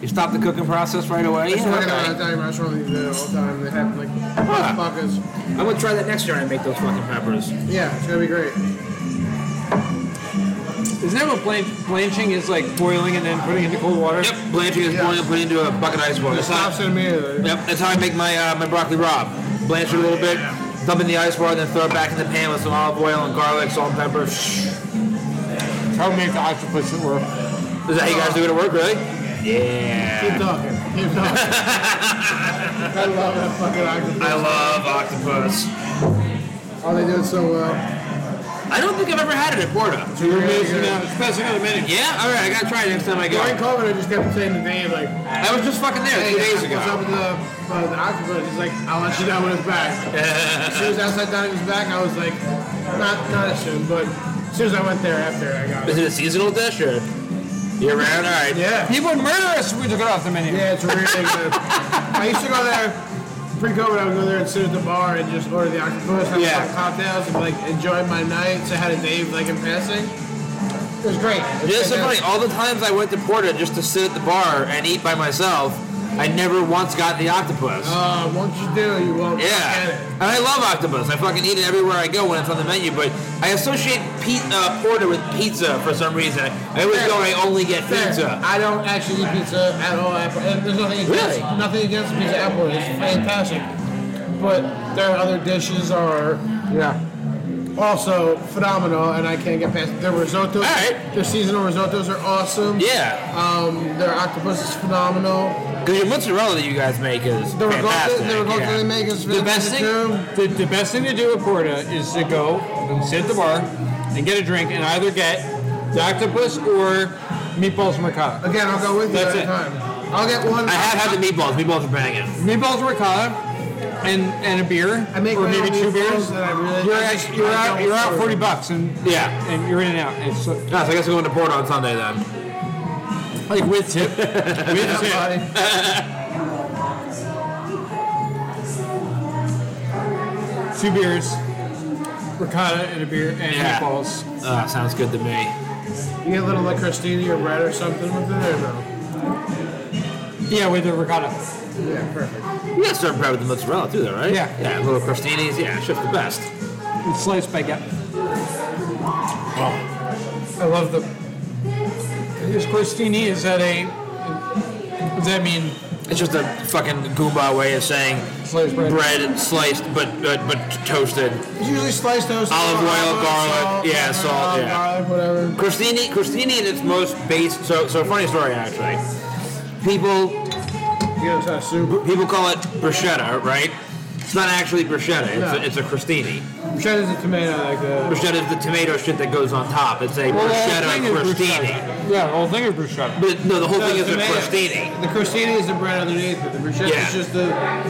Speaker 1: You stop the cooking process right away.
Speaker 2: It's
Speaker 1: Yeah,
Speaker 2: working out at
Speaker 1: okay.
Speaker 2: Italian restaurant they do it all the time. They have like
Speaker 1: Huh.
Speaker 2: buckets.
Speaker 1: I'm gonna try that next year when I make those fucking peppers.
Speaker 2: Yeah, it's gonna be great.
Speaker 3: Isn't that what blanch- blanching is like boiling and then putting it into cold water?
Speaker 1: Yep, blanching is
Speaker 2: Yeah.
Speaker 1: boiling, put it into a bucket of ice water.
Speaker 2: It
Speaker 1: That's how,
Speaker 2: stops in immediately.
Speaker 1: yep, that's how I make my uh, my broccoli rob. Blanch it a little bit, dump in the ice water, then throw it back in the pan with some olive oil and garlic, salt, and pepper. Is
Speaker 3: How make the octopus at work?
Speaker 1: that how you guys do it at work, really?
Speaker 2: Keep
Speaker 1: Yeah.
Speaker 2: talking. Keep talking. I love that fucking octopus.
Speaker 1: I love octopus.
Speaker 2: Oh, they do it so well.
Speaker 1: I don't think I've ever had it at Porta.
Speaker 2: So you're amazing
Speaker 3: it's passing on the menu.
Speaker 1: Yeah, all right, I gotta try it next time I
Speaker 2: During
Speaker 1: go.
Speaker 2: COVID, I just kept saying the name like,
Speaker 1: I was just fucking there
Speaker 2: hey,
Speaker 1: two days
Speaker 2: what's up
Speaker 1: ago.
Speaker 2: with the, uh, the octopus? He's like, I'll let you know when it's back. As soon as outside dining's back, I was like, not not as soon, but as soon as I went there after, I got it.
Speaker 1: Is it a seasonal dish or year round? All right.
Speaker 2: Yeah.
Speaker 3: He would murder us if we took it off the menu.
Speaker 2: Yeah, it's really good. I used to go there pre-COVID. I would go there and sit at the bar and just order the octopus, have
Speaker 1: Yeah.
Speaker 2: some cocktails, and like enjoy my night. So I had a day of, like in passing. It was great. It was
Speaker 1: Yeah, it's so funny.
Speaker 2: fantastic.
Speaker 1: All the times I went to Porta just to sit at the bar and eat by myself, I never once got the octopus.
Speaker 2: Uh, once you do, you won't
Speaker 1: yeah,
Speaker 2: forget it.
Speaker 1: and I love octopus. I fucking eat it everywhere I go when it's on the menu. But I associate pe- uh, Porta with pizza for some reason. I always
Speaker 2: Fair.
Speaker 1: go. I only get
Speaker 2: Fair.
Speaker 1: pizza.
Speaker 2: I don't actually eat pizza at all. Apple. and There's nothing against
Speaker 1: Really?
Speaker 2: nothing against pizza at Apple. It's fantastic. But their other dishes are
Speaker 3: Yeah.
Speaker 2: also phenomenal, and I can't get past their risottos.
Speaker 1: All right.
Speaker 2: Their seasonal risottos are awesome.
Speaker 1: Yeah,
Speaker 2: Um, their octopus is phenomenal.
Speaker 1: because your mozzarella that you guys make is
Speaker 2: The ricotta,
Speaker 1: fantastic.
Speaker 2: the ricotta
Speaker 1: yeah.
Speaker 2: they make is
Speaker 3: The best
Speaker 2: fantastic
Speaker 3: thing,
Speaker 2: too.
Speaker 3: the, the best thing to do at Porta is to go and sit at the bar and get a drink and either get the octopus or meatballs mercado.
Speaker 2: Again, I'll go with you
Speaker 3: That's
Speaker 2: every
Speaker 3: it.
Speaker 2: time. I'll get one.
Speaker 1: I have had the meatballs. Meatballs are banging.
Speaker 3: Meatballs mercado and and a beer
Speaker 2: I make
Speaker 3: or
Speaker 2: my
Speaker 3: maybe
Speaker 2: own
Speaker 3: two
Speaker 2: meatballs
Speaker 3: beers.
Speaker 2: and I really-
Speaker 3: you're
Speaker 2: I
Speaker 3: out,
Speaker 2: just-
Speaker 3: you're
Speaker 2: I
Speaker 3: out
Speaker 2: don't
Speaker 3: you're out
Speaker 2: order.
Speaker 3: forty bucks and
Speaker 1: Yeah.
Speaker 3: and you're in and out. It's so-
Speaker 1: Ah, so I guess I'm going to Porta on Sunday then.
Speaker 3: like with tip. with tip.
Speaker 2: Everybody.
Speaker 3: two beers, ricotta and a beer and
Speaker 1: Yeah.
Speaker 3: meatballs.
Speaker 1: Ah, sounds good to me.
Speaker 2: You get a little like crostini or bread or something with it or no?
Speaker 3: Yeah, with the ricotta.
Speaker 2: Yeah, perfect.
Speaker 1: You gotta serve bread with the mozzarella too, though, right?
Speaker 3: Yeah.
Speaker 1: Yeah, little crostinis. Yeah, shit's the best.
Speaker 3: And sliced baguette.
Speaker 2: I love the.
Speaker 3: Is crostini, is that a, does that mean
Speaker 1: It's just a fucking Goomba way of saying
Speaker 3: sliced bread?
Speaker 1: bread sliced but but, but toasted.
Speaker 2: It's usually sliced toast.
Speaker 1: Olive oil, garlic, yeah,
Speaker 2: pepper,
Speaker 1: salt,
Speaker 2: olive,
Speaker 1: yeah.
Speaker 2: garlic, whatever.
Speaker 1: Crostini, crostini in its most base. So so funny story actually. People
Speaker 2: You get a ton of soup.
Speaker 1: people call it bruschetta, right? It's not actually bruschetta. It's,
Speaker 2: No.
Speaker 1: a, it's a crostini.
Speaker 2: Cheddar's a tomato like the.
Speaker 1: Bruschetta is the tomato shit that goes on top. It's a
Speaker 3: Well, the whole
Speaker 1: bruschetta
Speaker 3: thing is
Speaker 1: crostini.
Speaker 3: bruschetta. Yeah, the whole thing is bruschetta.
Speaker 1: But no, the whole
Speaker 2: No,
Speaker 1: thing is a
Speaker 2: tomato.
Speaker 1: crostini.
Speaker 2: The crostini is the bread underneath it. The bruschetta
Speaker 1: Yeah.
Speaker 2: is just the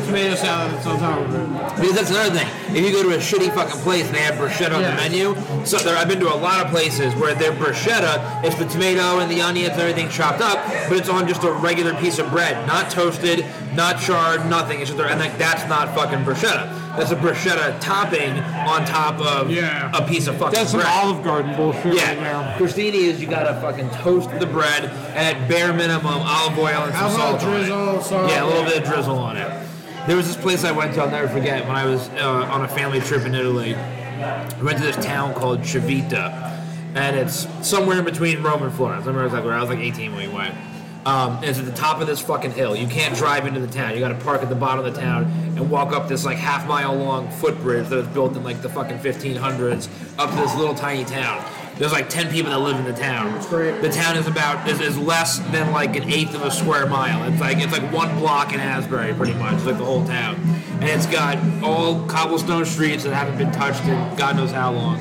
Speaker 2: tomato salad that's on top of it.
Speaker 1: Because that's another thing. If you go to a shitty fucking place and they have bruschetta on
Speaker 2: Yeah.
Speaker 1: the menu, so there, I've been to a lot of places where their bruschetta is the tomato and the onions and everything chopped up, but it's on just a regular piece of bread, not toasted, not charred, nothing. It's just there, and like that's not fucking bruschetta. That's a bruschetta topping on top of
Speaker 2: Yeah.
Speaker 1: a piece of fucking
Speaker 3: That's some
Speaker 1: bread.
Speaker 3: Olive Garden bullshit right
Speaker 1: yeah,
Speaker 3: now.
Speaker 1: crostini is you gotta fucking toast the bread and at bare minimum olive oil and some
Speaker 2: Olive oil,
Speaker 1: salt on it.
Speaker 2: drizzle, salt,
Speaker 1: Yeah, a little
Speaker 2: yeah.
Speaker 1: bit of drizzle on it. There was this place I went to, I'll never forget, when I was uh, on a family trip in Italy. We went to this town called Civita, and it's somewhere in between Rome and Florence. I remember exactly where I was like 18 when we went. Um, it's at the top of this fucking hill. You can't drive into the town. You got to park at the bottom of the town and walk up this like half mile long footbridge that was built in like the fucking 1500s up to this little tiny town. There's like 10 people that live in the town.
Speaker 2: great.
Speaker 1: The town is about is, is less than like an eighth of a square mile. It's like it's like one block in Asbury pretty much, like the whole town. And it's got all cobblestone streets that haven't been touched in God knows how long.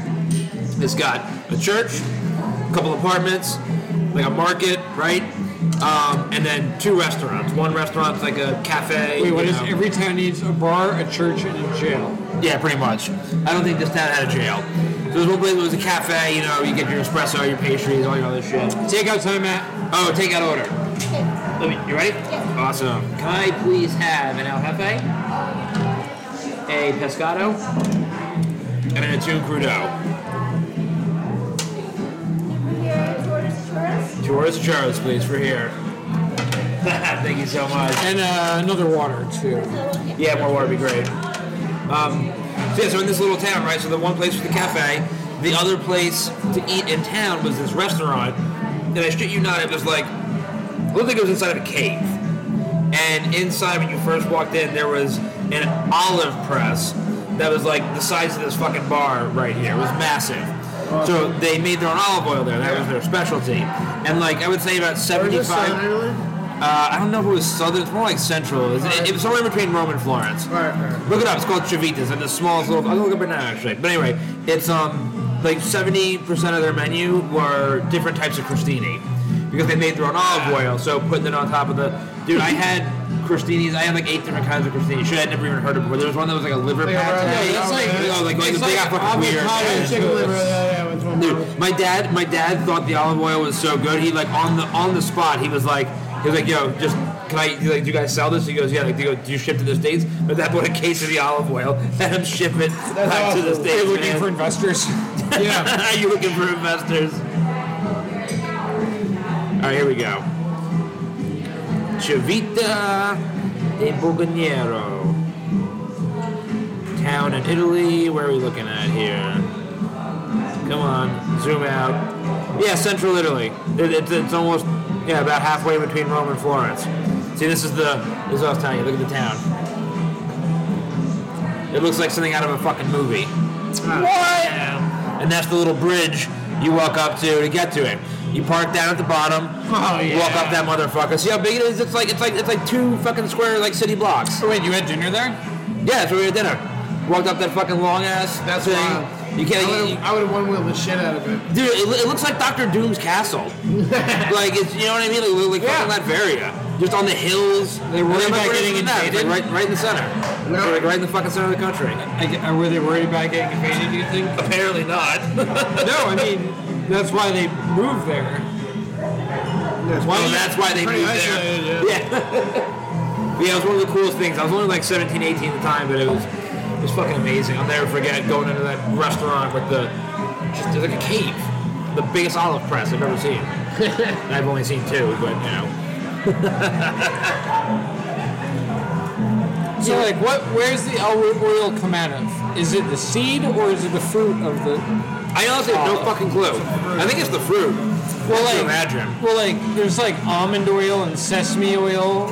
Speaker 1: It's got a church, a couple apartments, like a market, right? Um, and then two restaurants. One restaurant's like a cafe.
Speaker 3: Wait, what
Speaker 1: you
Speaker 3: is
Speaker 1: know.
Speaker 3: every town needs a bar, a church, and a jail?
Speaker 1: Yeah, pretty much. I don't think this town had a jail. So there's one place that was a cafe. You know, you get your espresso, your pastries, all your other shit.
Speaker 3: Takeout time at.
Speaker 1: Oh, take out order. Let me- you ready?
Speaker 4: Yes.
Speaker 1: Awesome. Can I please have an al jefe, a pescado, and an attuned crudo?
Speaker 4: Here's orders of churros.
Speaker 1: Churros, churros, please, for here. Thank you so much.
Speaker 3: And uh, another water, too.
Speaker 4: So, okay.
Speaker 1: Yeah, more water would be great. Um, so yeah, so in this little town, right? So the one place was the cafe. The other place to eat in town was this restaurant. And I shit you not, it was like, I don't think it was inside of a cave. And inside, when you first walked in, there was an olive press that was like the size of this fucking bar right here. It was massive. So they made their own olive oil there. That was their specialty. And like, I would say about
Speaker 2: Where's this sign
Speaker 1: 75.
Speaker 2: anyway?
Speaker 1: Uh, I don't know if it was southern. It's more like central. It was, it was somewhere between Rome and Florence.
Speaker 2: Alright, alright.
Speaker 1: Look it up. It's called Chavitas, and the smallest little. I'll look up it now actually. But anyway, it's um like seventy percent of their menu were different types of crostini because they made their own olive oil. So putting it on top of the dude, I had crostinis. I had like eight different kinds of crostini. Shit, I'd never even heard of before. There was one that was like a liver
Speaker 2: Like a
Speaker 1: patty.
Speaker 2: ravioli. Yeah, it's like-
Speaker 1: You know, like, like
Speaker 3: it's
Speaker 1: they
Speaker 3: like
Speaker 1: got fucking weird.
Speaker 3: avocado
Speaker 2: Yeah, chicken liver. Yeah, yeah, it's one more.
Speaker 1: Dude, my dad, my dad thought the olive oil was so good. He like on the on the spot. He was like, he was like, yo, just can I? He's like, do you guys sell this? He goes, yeah. Like, do you, go, do you ship to the states? But that bought a case of the olive oil. Let him ship it back to the
Speaker 2: awesome.
Speaker 1: states.
Speaker 3: Looking
Speaker 1: man.
Speaker 3: for investors.
Speaker 2: Yeah.
Speaker 1: Are you looking for investors? All right, here we go. Civita di Boganiero. Town in Italy. Where are we looking at here? Come on, zoom out. Yeah, central Italy. It, it's it's almost, yeah, about halfway between Rome and Florence. See, this is the, this is what I was telling you. Look at the town. It looks like something out of a fucking movie. Yeah. And that's the little bridge you walk up to to get to it. You park down at the bottom.
Speaker 3: Oh, yeah.
Speaker 1: Walk up that motherfucker. See how big it is? It's like it's like it's like two fucking square like city blocks.
Speaker 3: Wait, you had dinner there?
Speaker 1: Yeah, that's where we had dinner. Walked up that fucking long ass.
Speaker 2: That's
Speaker 1: thing.
Speaker 2: wild.
Speaker 1: You can't.
Speaker 2: I
Speaker 1: you-
Speaker 2: would've- I would have one wheeled the shit out of it.
Speaker 1: dude, it, it looks like Doctor Doom's castle. like it's you know what I mean? Like, like fucking Latveria, just on the hills.
Speaker 3: They worry
Speaker 1: And I'm
Speaker 3: about
Speaker 1: like, right
Speaker 3: getting
Speaker 1: in the back,
Speaker 3: invaded?
Speaker 1: Like, right, right in the center.
Speaker 2: No.
Speaker 1: Like right in the fucking center of the country.
Speaker 3: I, uh, were they worried about getting invaded, do you think?
Speaker 1: Apparently not.
Speaker 3: no, I mean, that's why they moved there.
Speaker 2: That's
Speaker 1: Well, that's why they
Speaker 2: pretty
Speaker 1: moved
Speaker 2: isolated,
Speaker 1: there. Yeah. yeah, it was one of the coolest things. I was only like 17, 18 at the time, but it was it was fucking amazing. I'll never forget going into that restaurant with the just it's like a cave, the biggest olive press I've ever seen. And I've only seen two, but you know,
Speaker 3: So, like, what? Where's the olive oil come out of? Is it the seed or is it the fruit of the?
Speaker 1: I honestly have no
Speaker 3: Olive.
Speaker 1: fucking clue. I think it's the fruit.
Speaker 3: Well,
Speaker 1: I
Speaker 3: like,
Speaker 1: can imagine.
Speaker 3: well, like, there's like almond oil and sesame oil,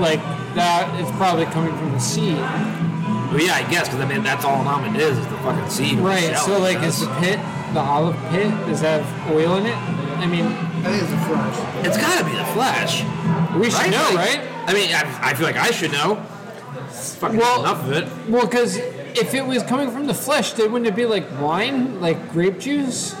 Speaker 3: like that is probably coming from the seed,
Speaker 1: Well, yeah, I guess because I mean that's all an almond is is the fucking seed.
Speaker 3: right?
Speaker 1: itself,
Speaker 3: So,
Speaker 1: I
Speaker 3: like,
Speaker 1: guess.
Speaker 3: is the pit, the olive pit, does that have oil in it? I mean,
Speaker 2: I think it's a flush.
Speaker 1: it's gotta be the flesh.
Speaker 3: we should know,
Speaker 1: Like,
Speaker 3: right?
Speaker 1: I mean, I, I feel like I should know. It's fucking
Speaker 3: Well-
Speaker 1: enough of it.
Speaker 3: Well, because if it was coming from the flesh, then wouldn't it be like wine, like grape juice?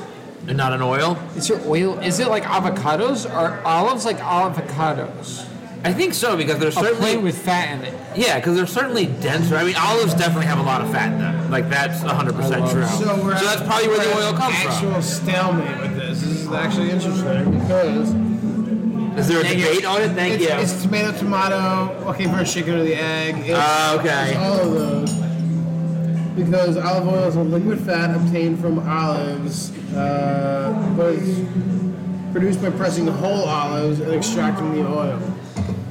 Speaker 1: And not an oil?
Speaker 3: Is there oil? Is it like avocados? Are olives like avocados?
Speaker 1: I think so because they're
Speaker 3: A
Speaker 1: certainly
Speaker 3: plate with fat in it.
Speaker 1: yeah because they're certainly denser. I mean, olives definitely have a lot of fat in them. Like that's 100
Speaker 3: I
Speaker 1: percent
Speaker 3: love
Speaker 1: true.
Speaker 3: it.
Speaker 1: So,
Speaker 2: we're
Speaker 1: that's probably where the
Speaker 2: we're
Speaker 1: oil
Speaker 2: at
Speaker 1: comes
Speaker 2: actual stalemate with this. This is actually interesting because
Speaker 1: from. Is there a debate on it? Thank
Speaker 2: it's,
Speaker 1: you.
Speaker 2: it's tomato, tomato, okay, first chicken or the egg. It's,
Speaker 1: Ah, okay.
Speaker 2: it's all of those. Because olive oil is a liquid fat obtained from olives, uh, but it's produced by pressing whole olives and extracting the oil.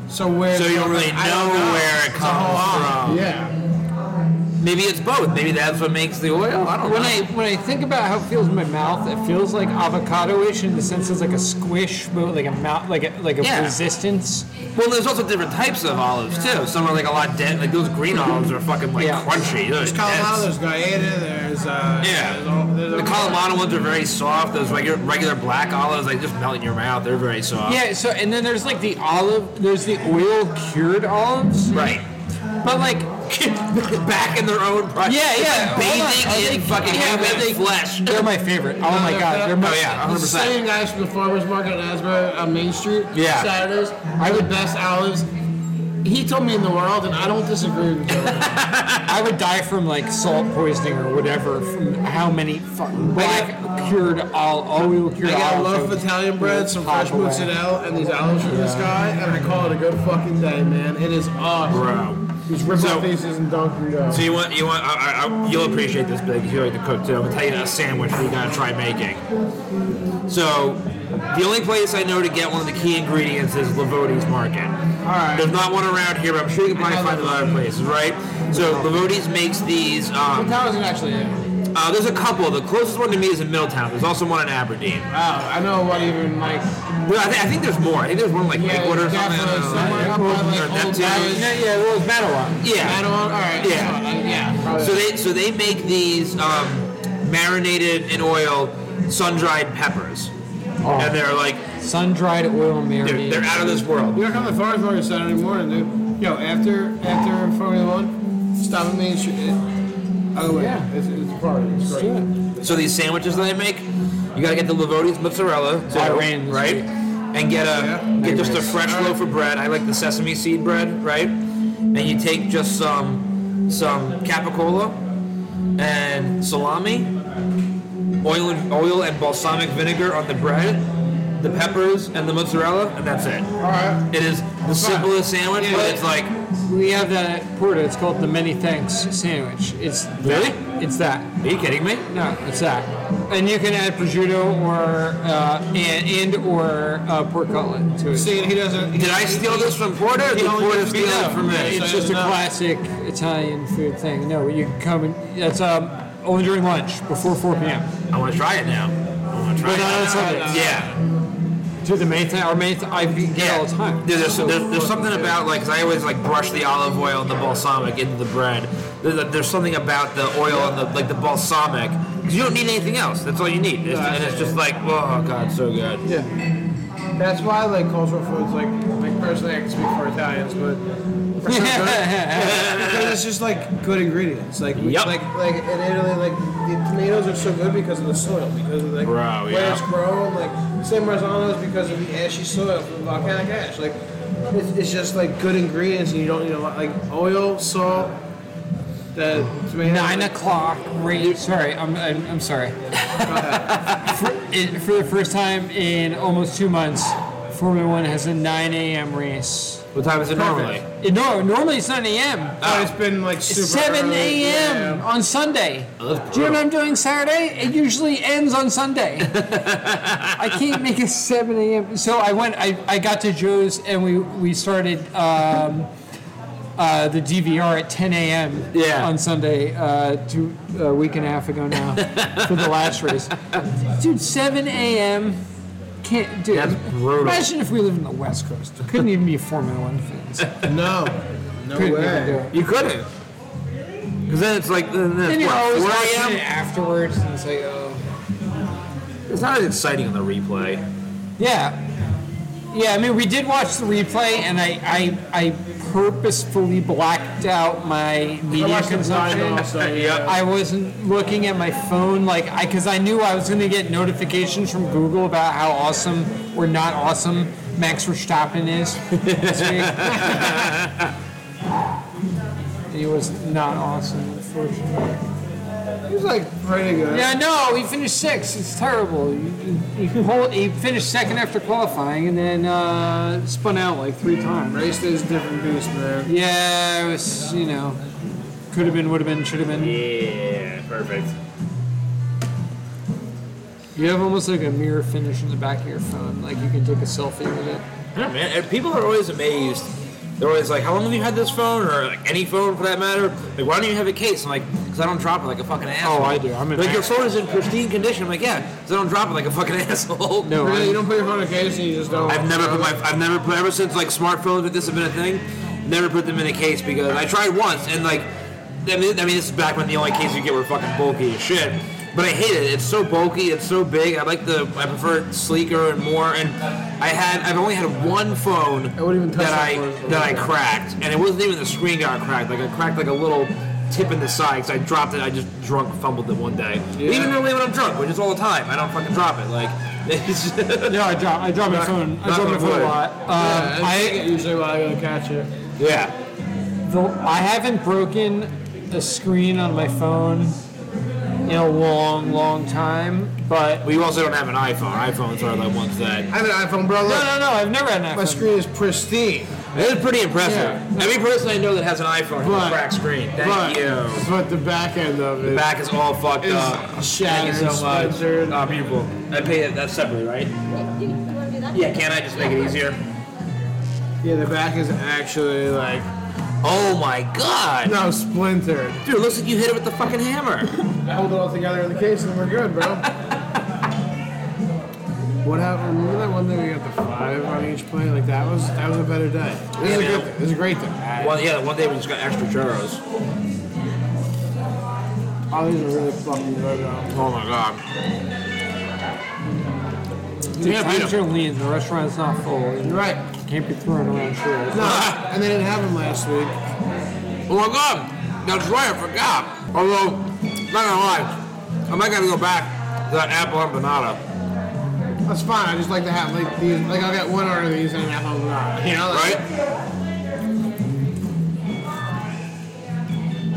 Speaker 2: So where?
Speaker 1: so you don't really know,
Speaker 2: I don't
Speaker 1: where it
Speaker 2: It's a whole
Speaker 1: comes
Speaker 2: olive.
Speaker 1: from.
Speaker 2: Yeah.
Speaker 1: Maybe it's both. Maybe that's what makes the oil. I don't
Speaker 3: When
Speaker 1: know.
Speaker 3: I when I think about how it feels in my mouth, it feels like avocado-ish in the sense it's like a squish, but like a mouth, like a, like a
Speaker 1: Yeah.
Speaker 3: resistance.
Speaker 1: Well, there's also different types of olives too. Some are like a lot dense. Like those green olives are fucking like
Speaker 3: Yeah.
Speaker 1: crunchy. They're
Speaker 2: There's Colorado,
Speaker 1: dense.
Speaker 2: there's Guyana, there's uh,
Speaker 1: Yeah.
Speaker 2: there's all, there's
Speaker 1: The
Speaker 2: all-
Speaker 1: Kalamata ones are very soft. Those regular, regular black olives, like just melt in your mouth. They're very soft.
Speaker 3: Yeah. So and then there's like the olive. There's the oil cured olives,
Speaker 1: Right.
Speaker 3: but like
Speaker 1: Back in their own. Price.
Speaker 3: Yeah, yeah.
Speaker 1: Bathing
Speaker 3: Hold on.
Speaker 1: in fucking
Speaker 3: Yeah,
Speaker 1: human
Speaker 3: but they-
Speaker 1: flesh.
Speaker 3: they're my favorite. Oh my god, they're my
Speaker 1: Oh yeah,
Speaker 2: The
Speaker 1: 100%.
Speaker 2: same guys from the farmers market in Asbury on Main Street.
Speaker 1: Yeah.
Speaker 2: Saturdays. I the best olives. He told me in the world, and I don't disagree with him.
Speaker 3: I would die from like salt poisoning or whatever from how many fucking black cured all oil cured
Speaker 2: I got a
Speaker 3: olive
Speaker 2: loaf of
Speaker 3: oils
Speaker 2: Italian bread, some fresh
Speaker 3: pop away.
Speaker 2: mozzarella, and these olives from the sky, and I call it a good fucking day, man. It is awesome.
Speaker 1: Bro.
Speaker 2: These rip
Speaker 1: So-
Speaker 2: off faces and dunk and go.
Speaker 1: So you want you want I, I, I- you'll appreciate this big. You like to cook too. I'm gonna tell you a sandwich we gotta try making. So the only place I know to get one of the key ingredients is Lavodi's Market.
Speaker 2: Alright.
Speaker 1: There's not one around here, but I'm sure you can probably find it in other places, right? So Lavodi's makes these. Um,
Speaker 2: That wasn't actually it.
Speaker 1: uh, there's a couple. The closest one to me is in Middletown. There's also one in Aberdeen.
Speaker 2: Wow, I know what even like.
Speaker 1: Well, I, thi- I think there's more. I think there's one like
Speaker 2: Yeah,
Speaker 1: Lakewood or something.
Speaker 2: definitely somewhere up by, like,
Speaker 1: Or
Speaker 2: Old
Speaker 1: Neptune.
Speaker 2: Valley.
Speaker 3: Yeah, yeah, well, it's Matawan.
Speaker 1: Yeah.
Speaker 2: Madon, all right.
Speaker 1: Yeah.
Speaker 2: so, uh, yeah.
Speaker 1: So they so they make these um, marinated in oil, sun dried peppers, and they're like
Speaker 3: Sun dried
Speaker 1: they're,
Speaker 3: oil marinated.
Speaker 1: they're out of this world.
Speaker 2: We were coming to Farmers Market Saturday morning, dude. Yo, after after Formula One, stop at Main Street. Oh wait,
Speaker 3: Yeah.
Speaker 2: it's, it's a party. It's great.
Speaker 1: So these sandwiches that they make, you gotta get the Lavodi's mozzarella, too,
Speaker 3: I ran this
Speaker 1: right?
Speaker 3: week.
Speaker 1: And get a
Speaker 2: Oh. Yeah.
Speaker 1: get just a
Speaker 3: Nice.
Speaker 1: fresh loaf of bread. I like the sesame seed bread, right? And you take just some some capicola and salami, oil and oil and balsamic vinegar on the bread, the peppers and the mozzarella, and that's it.
Speaker 2: All right.
Speaker 1: It is the simplest sandwich,
Speaker 2: Yeah.
Speaker 1: but it's like
Speaker 3: We have that at Porta. It's called the Many Thanks sandwich. It's that-
Speaker 1: Really?
Speaker 3: It's that.
Speaker 1: Are you kidding me?
Speaker 3: No, it's that. And you can add prosciutto or uh, and, and or uh, pork cutlet to it.
Speaker 2: See, he doesn't.
Speaker 1: Did I steal this from Porter? Or did
Speaker 2: only
Speaker 1: Porter
Speaker 2: gets me
Speaker 1: steal it
Speaker 2: now.
Speaker 1: from me?
Speaker 2: Yeah,
Speaker 3: it's
Speaker 2: so-
Speaker 3: just a
Speaker 2: no.
Speaker 3: classic Italian food thing. No, you can come and that's um, only during lunch before 4 p.m.
Speaker 1: I want to try it now. I want to try
Speaker 3: But
Speaker 1: it.
Speaker 3: not on Sundays.
Speaker 1: Yeah,
Speaker 3: To the main thing, our main thing, I get it
Speaker 1: yeah.
Speaker 3: all the time.
Speaker 1: Dude, there's,
Speaker 3: So
Speaker 1: there's, there's
Speaker 3: fucking
Speaker 1: something
Speaker 3: good.
Speaker 1: about like 'cause I always like brush the olive oil and the balsamic into the bread. There's, there's something about the oil and the like the balsamic 'cause you don't need anything else. That's all you need, It's- and it's just like oh god, so good.
Speaker 2: Yeah. That's why I like cultural foods. Like, like personally, I can speak for Italians, but for some good- yeah, because it's just like good ingredients. Like, we,
Speaker 1: Yep.
Speaker 2: like, like in Italy, like the tomatoes are so good because of the soil, because of like
Speaker 1: Bro,
Speaker 2: where
Speaker 1: yeah.
Speaker 2: it's grown. Like same Marzano's because of the ashy soil from volcanic ash. Like, it's, it's just like good ingredients, and you don't need a lot. Like oil, salt, the tomato.
Speaker 3: Nine o'clock. Rain. Sorry, I'm, I'm, I'm sorry. for, it, for the first time in almost two months, Formula One has a 9 a.m. race.
Speaker 1: What time is it normally?
Speaker 3: It- no, normally it's 9 a.m.
Speaker 2: But oh, it's been like super
Speaker 3: It's 7
Speaker 2: early.
Speaker 3: a.m.
Speaker 2: Yeah.
Speaker 3: on Sunday.
Speaker 1: Oh, that's
Speaker 3: Do you know what
Speaker 1: brutal.
Speaker 3: I'm doing Saturday? It usually ends on Sunday. I can't make it 7 a.m. So I went, I, I got to Joe's and we, we started um, uh, the DVR at 10 a.m.
Speaker 1: Yeah.
Speaker 3: on Sunday, uh, two, a week and a half ago now for the last race. Dude, 7 a.m. Can't, dude,
Speaker 1: That's brutal.
Speaker 3: Imagine if we lived in the West Coast. It couldn't even be a Formula One fans.
Speaker 2: No, no
Speaker 3: Couldn't even do
Speaker 2: way.
Speaker 3: it.
Speaker 1: You couldn't. Because then it's like then, then
Speaker 3: Then
Speaker 1: it's
Speaker 3: you're
Speaker 1: what,
Speaker 3: always
Speaker 1: 4
Speaker 3: watching
Speaker 1: a.m.?
Speaker 3: it afterwards, and it's like, oh.
Speaker 1: It's not as exciting on the replay.
Speaker 3: Yeah. Yeah, I mean, we did watch the replay, and I, I, I purposefully blacked out my
Speaker 2: I
Speaker 3: media
Speaker 2: watched the
Speaker 3: consumption.
Speaker 2: final, so yeah.
Speaker 3: I wasn't looking at my phone, like, I, because I knew I was going to get notifications from Google about how awesome or not awesome Max Verstappen is. this week. he was not awesome, unfortunately.
Speaker 2: It was like pretty good.
Speaker 3: Yeah, no, he finished sixth. It's terrible. He, he, pulled- he finished second after qualifying and then uh, spun out like three times.
Speaker 2: Race is a different beast, man.
Speaker 3: Yeah, it was, you know, could have been, would have been, should have been.
Speaker 1: Yeah, perfect.
Speaker 3: You have almost like a mirror finish in the back of your phone. Like you can take a selfie with it.
Speaker 1: I don't know, man. And People are always amazed They're always like, "How long have you had this phone, or like any phone for that matter? Like, why don't you have a case?" I'm like, "Cause I don't drop it like a fucking asshole."
Speaker 3: Oh, I do. I'm an
Speaker 1: like, "Your
Speaker 3: asshole.
Speaker 1: phone is in pristine condition." I'm like, "Yeah, cause I don't drop it like a fucking asshole."
Speaker 3: No,
Speaker 2: Really,
Speaker 3: I-
Speaker 2: you don't put your phone in a case and you just don't.
Speaker 1: I've never put my I've never put ever since like smartphones with this have been a thing. Never put them in a case because I tried once and like I mean I mean this is back when the only cases you get were fucking bulky as shit. But I hate it. It's so bulky. It's so big. I like the I prefer it sleeker and more. And I had I've only had one phone
Speaker 2: I wouldn't even touch
Speaker 1: that
Speaker 2: that
Speaker 1: I
Speaker 2: phone.
Speaker 1: that I cracked, and it wasn't even the screen got cracked. Like I cracked like a little tip in the side because I dropped it. I just drunk fumbled it one day.
Speaker 2: Yeah.
Speaker 1: Even really when I'm drunk, which is all the time, I don't fucking drop it. Like it's
Speaker 3: No, I drop. I drop my phone. I
Speaker 1: knock
Speaker 3: drop
Speaker 1: on
Speaker 3: my phone
Speaker 1: wood.
Speaker 3: a lot. Um,
Speaker 2: Yeah, I
Speaker 3: I
Speaker 2: take it usually while I go to catch it.
Speaker 1: yeah.
Speaker 3: the, I haven't broken a screen on my phone in a long, long time. But
Speaker 1: Well, you also don't have an iPhone. iPhones are the ones that.
Speaker 2: I have an iPhone, bro. Look,
Speaker 3: no, no, no. I've never had an iPhone.
Speaker 2: my screen is pristine.
Speaker 1: That is pretty impressive.
Speaker 2: Yeah.
Speaker 1: Every person I know that has an iPhone has a
Speaker 2: But-
Speaker 1: cracked screen. Thank
Speaker 2: but,
Speaker 1: you.
Speaker 2: But the back end of it.
Speaker 1: Back is all fucked
Speaker 2: It's
Speaker 1: up.
Speaker 2: shattered,
Speaker 1: Thank you so much.
Speaker 2: splintered.
Speaker 1: Oh, beautiful. I pay it. That's separate, right?
Speaker 4: Do you want to do that?
Speaker 1: Yeah. Can I just make it easier?
Speaker 2: Yeah, the back is actually like
Speaker 1: Oh my god,
Speaker 2: no splintered.
Speaker 1: dude! It looks like you hit it with the fucking hammer.
Speaker 2: I hold it all together in the case and we're good, bro. What happened? Remember that one day we got the five on each plate? Like that was that was a better day. This is a good. This is a great day.
Speaker 1: Well, yeah. One day we just got extra churros.
Speaker 2: All these are really fucking good. Though.
Speaker 1: Oh my god.
Speaker 3: Dude,
Speaker 1: Yeah,
Speaker 3: times
Speaker 1: beat 'em.
Speaker 3: are lean. The restaurant's not full. and
Speaker 2: You're right.
Speaker 3: you Can't be thrown around shit.
Speaker 2: No, and they didn't have them last week.
Speaker 1: Oh my god. That's right. I forgot. Although, not gonna lie, I might gotta go back to that apple empanada.
Speaker 2: That's fine. I just like to have like these. Like I'll get one order of these and an apple banana. You know, like,
Speaker 1: right?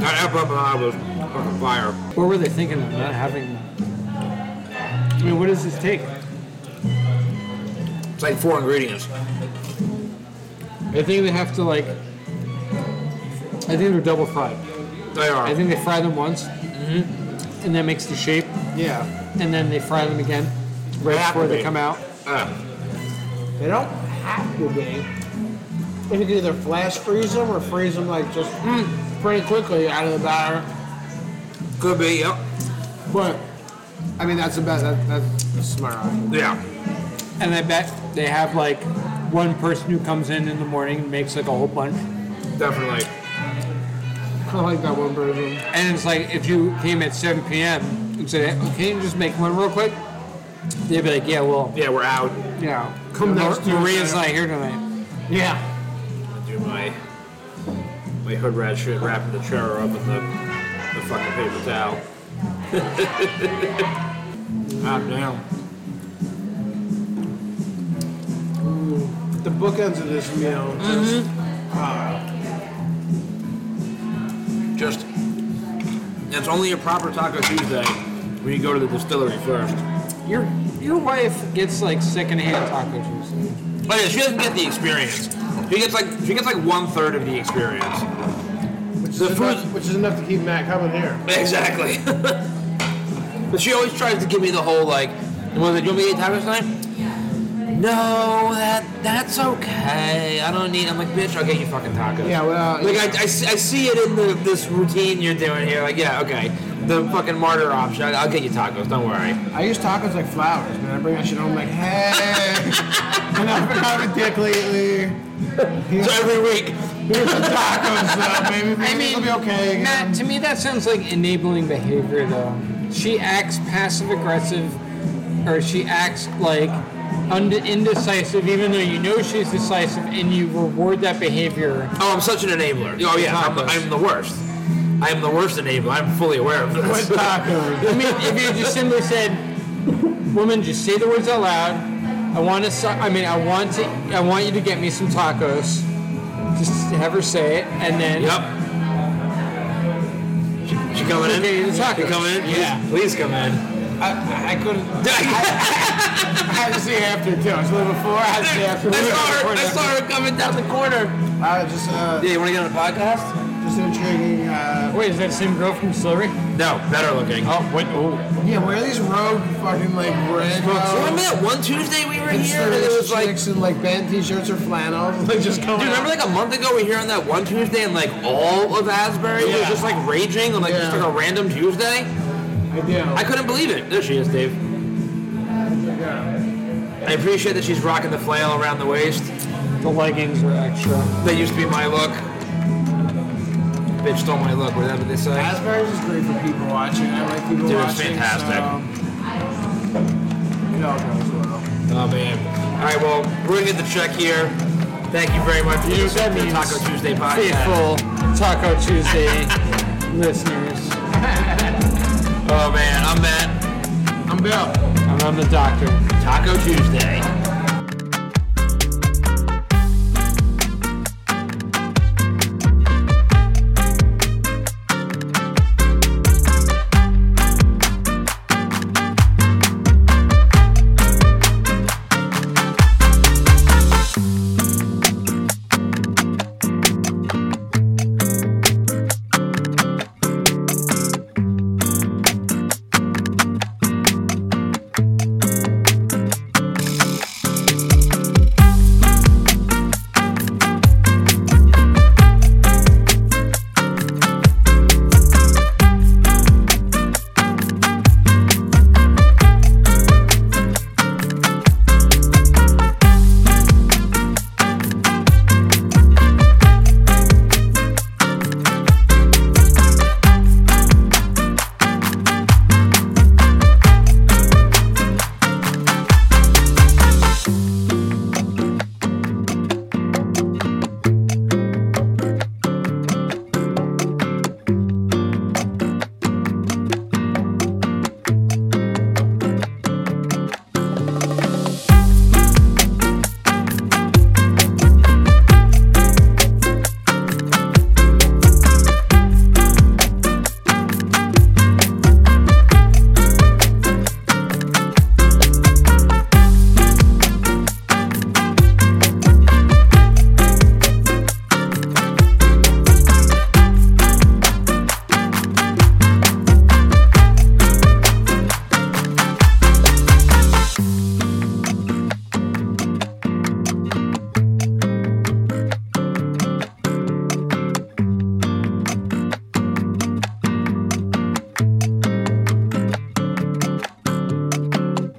Speaker 1: That apple empanada was fucking fire.
Speaker 3: What were they thinking of not having that? I mean, what does this take?
Speaker 1: It's like four ingredients.
Speaker 3: I think they have to like. I think they're double fried.
Speaker 1: They are.
Speaker 3: I think they fry them once,
Speaker 1: Mm-hmm.
Speaker 3: and that makes the shape,
Speaker 2: Yeah.
Speaker 3: and then they fry them again right
Speaker 1: Have
Speaker 3: before
Speaker 1: to
Speaker 3: they
Speaker 1: be.
Speaker 3: come out.
Speaker 1: Ah,
Speaker 2: They don't have to be. If you can either flash freeze them or freeze them like just mm, pretty quickly out of the batter.
Speaker 1: could be, yep.
Speaker 2: But I mean, that's the best. That, that's smart.
Speaker 1: Yeah.
Speaker 3: And I bet they have like one person who comes in in the morning and makes like a whole bunch.
Speaker 1: Definitely.
Speaker 2: I like that one version.
Speaker 3: And it's like if you came at 7 p.m. and said, "Oh, "Can you just make one real quick?" They'd be like, "Yeah, well,
Speaker 1: Yeah, we're out.
Speaker 3: yeah."
Speaker 2: Come
Speaker 3: Mar-
Speaker 2: next
Speaker 3: Maria's
Speaker 2: Tuesday.
Speaker 3: not here tonight.
Speaker 2: Yeah.
Speaker 1: Do my my hood rat shit, wrapping the churro up in the, the fucking paper towel. God damn.
Speaker 2: The bookends of this meal.
Speaker 1: Just,
Speaker 2: just-
Speaker 1: it's only a proper Taco Tuesday when you go to the distillery first.
Speaker 3: Your your wife gets like secondhand taco juice.
Speaker 1: Oh yeah, she doesn't get the experience. She gets like she gets like one third of the experience.
Speaker 2: which, is
Speaker 1: The food-
Speaker 2: enough, which is enough to keep Matt coming here.
Speaker 1: Exactly. but she always tries to give me the whole like, "Well, do you want me to eat tacos tonight?" No, that that's okay. I don't need. I'm like, bitch, I'll get you fucking tacos.
Speaker 2: Yeah, well,
Speaker 1: Like I, I, see, I see it in the this routine you're doing here. Like, yeah, okay, the fucking martyr option. I'll get you tacos. Don't worry.
Speaker 2: I use tacos like flowers, man. I bring that shit home like, hey, and I've been having dick lately.
Speaker 1: So every week.
Speaker 2: Here's some tacos, though, baby.
Speaker 3: I
Speaker 2: Maybe
Speaker 3: mean,
Speaker 2: it'll be okay again.
Speaker 3: Matt, to me that sounds like enabling behavior, though. She acts passive aggressive, or she acts like und- indecisive, even though you know she's decisive, and you reward that behavior.
Speaker 1: Oh, I'm such an enabler. Oh yeah, I'm,
Speaker 3: Tacos.
Speaker 1: I'm the worst. I'm the worst enabler. I'm fully aware of
Speaker 2: What
Speaker 1: this.
Speaker 2: tacos?
Speaker 3: I mean, if you just simply said, "Woman, just say the words out loud. I want to. I mean, I want to. I want you to get me some tacos." Just have her say it, and then
Speaker 1: Yep. She, she coming in?
Speaker 3: Okay, you're the
Speaker 1: She
Speaker 3: taco.
Speaker 1: coming in?
Speaker 2: Yeah.
Speaker 1: Please come in.
Speaker 2: I, I couldn't.
Speaker 1: I,
Speaker 2: I had to see after too. I was little before. I had to see after.
Speaker 1: saw her, I saw her coming down the corner.
Speaker 2: I just uh,
Speaker 1: Yeah, you want to get on a podcast?
Speaker 2: Just intriguing. Uh,
Speaker 3: Wait, is that the same girl from Slurry?
Speaker 1: No, better looking.
Speaker 3: Oh, wait, oh.
Speaker 2: yeah, where are these rogue fucking like red?
Speaker 1: Remember
Speaker 2: uh,
Speaker 1: that one Tuesday we were here and it
Speaker 2: Hipster
Speaker 1: was like
Speaker 2: chicks in like band t-shirts or flannels, like just coming.
Speaker 1: Dude, remember
Speaker 2: out.
Speaker 1: like a month ago we were here on that one Tuesday and like all of Asbury was
Speaker 2: Yeah.
Speaker 1: just like raging on like just
Speaker 2: Yeah.
Speaker 1: like a random Tuesday?
Speaker 2: I do.
Speaker 1: I couldn't believe it. There she is, Dave. I appreciate that she's rocking the flail around the waist.
Speaker 3: The leggings are extra.
Speaker 1: That used to be my look. Bitch stole my look, whatever they say.
Speaker 2: Asperger's is great for people watching. I like people
Speaker 1: Dude, it's
Speaker 2: watching.
Speaker 1: fantastic.
Speaker 2: So, it all goes well.
Speaker 1: Oh man. Alright, well, we're gonna get the check here. Thank you very much for
Speaker 3: You
Speaker 1: listening to the
Speaker 3: means
Speaker 1: Taco Tuesday podcast.
Speaker 3: Faithful Taco Tuesday listeners.
Speaker 1: Oh man, I'm Matt.
Speaker 2: I'm Bill.
Speaker 3: And I'm the doctor.
Speaker 1: Taco Tuesday.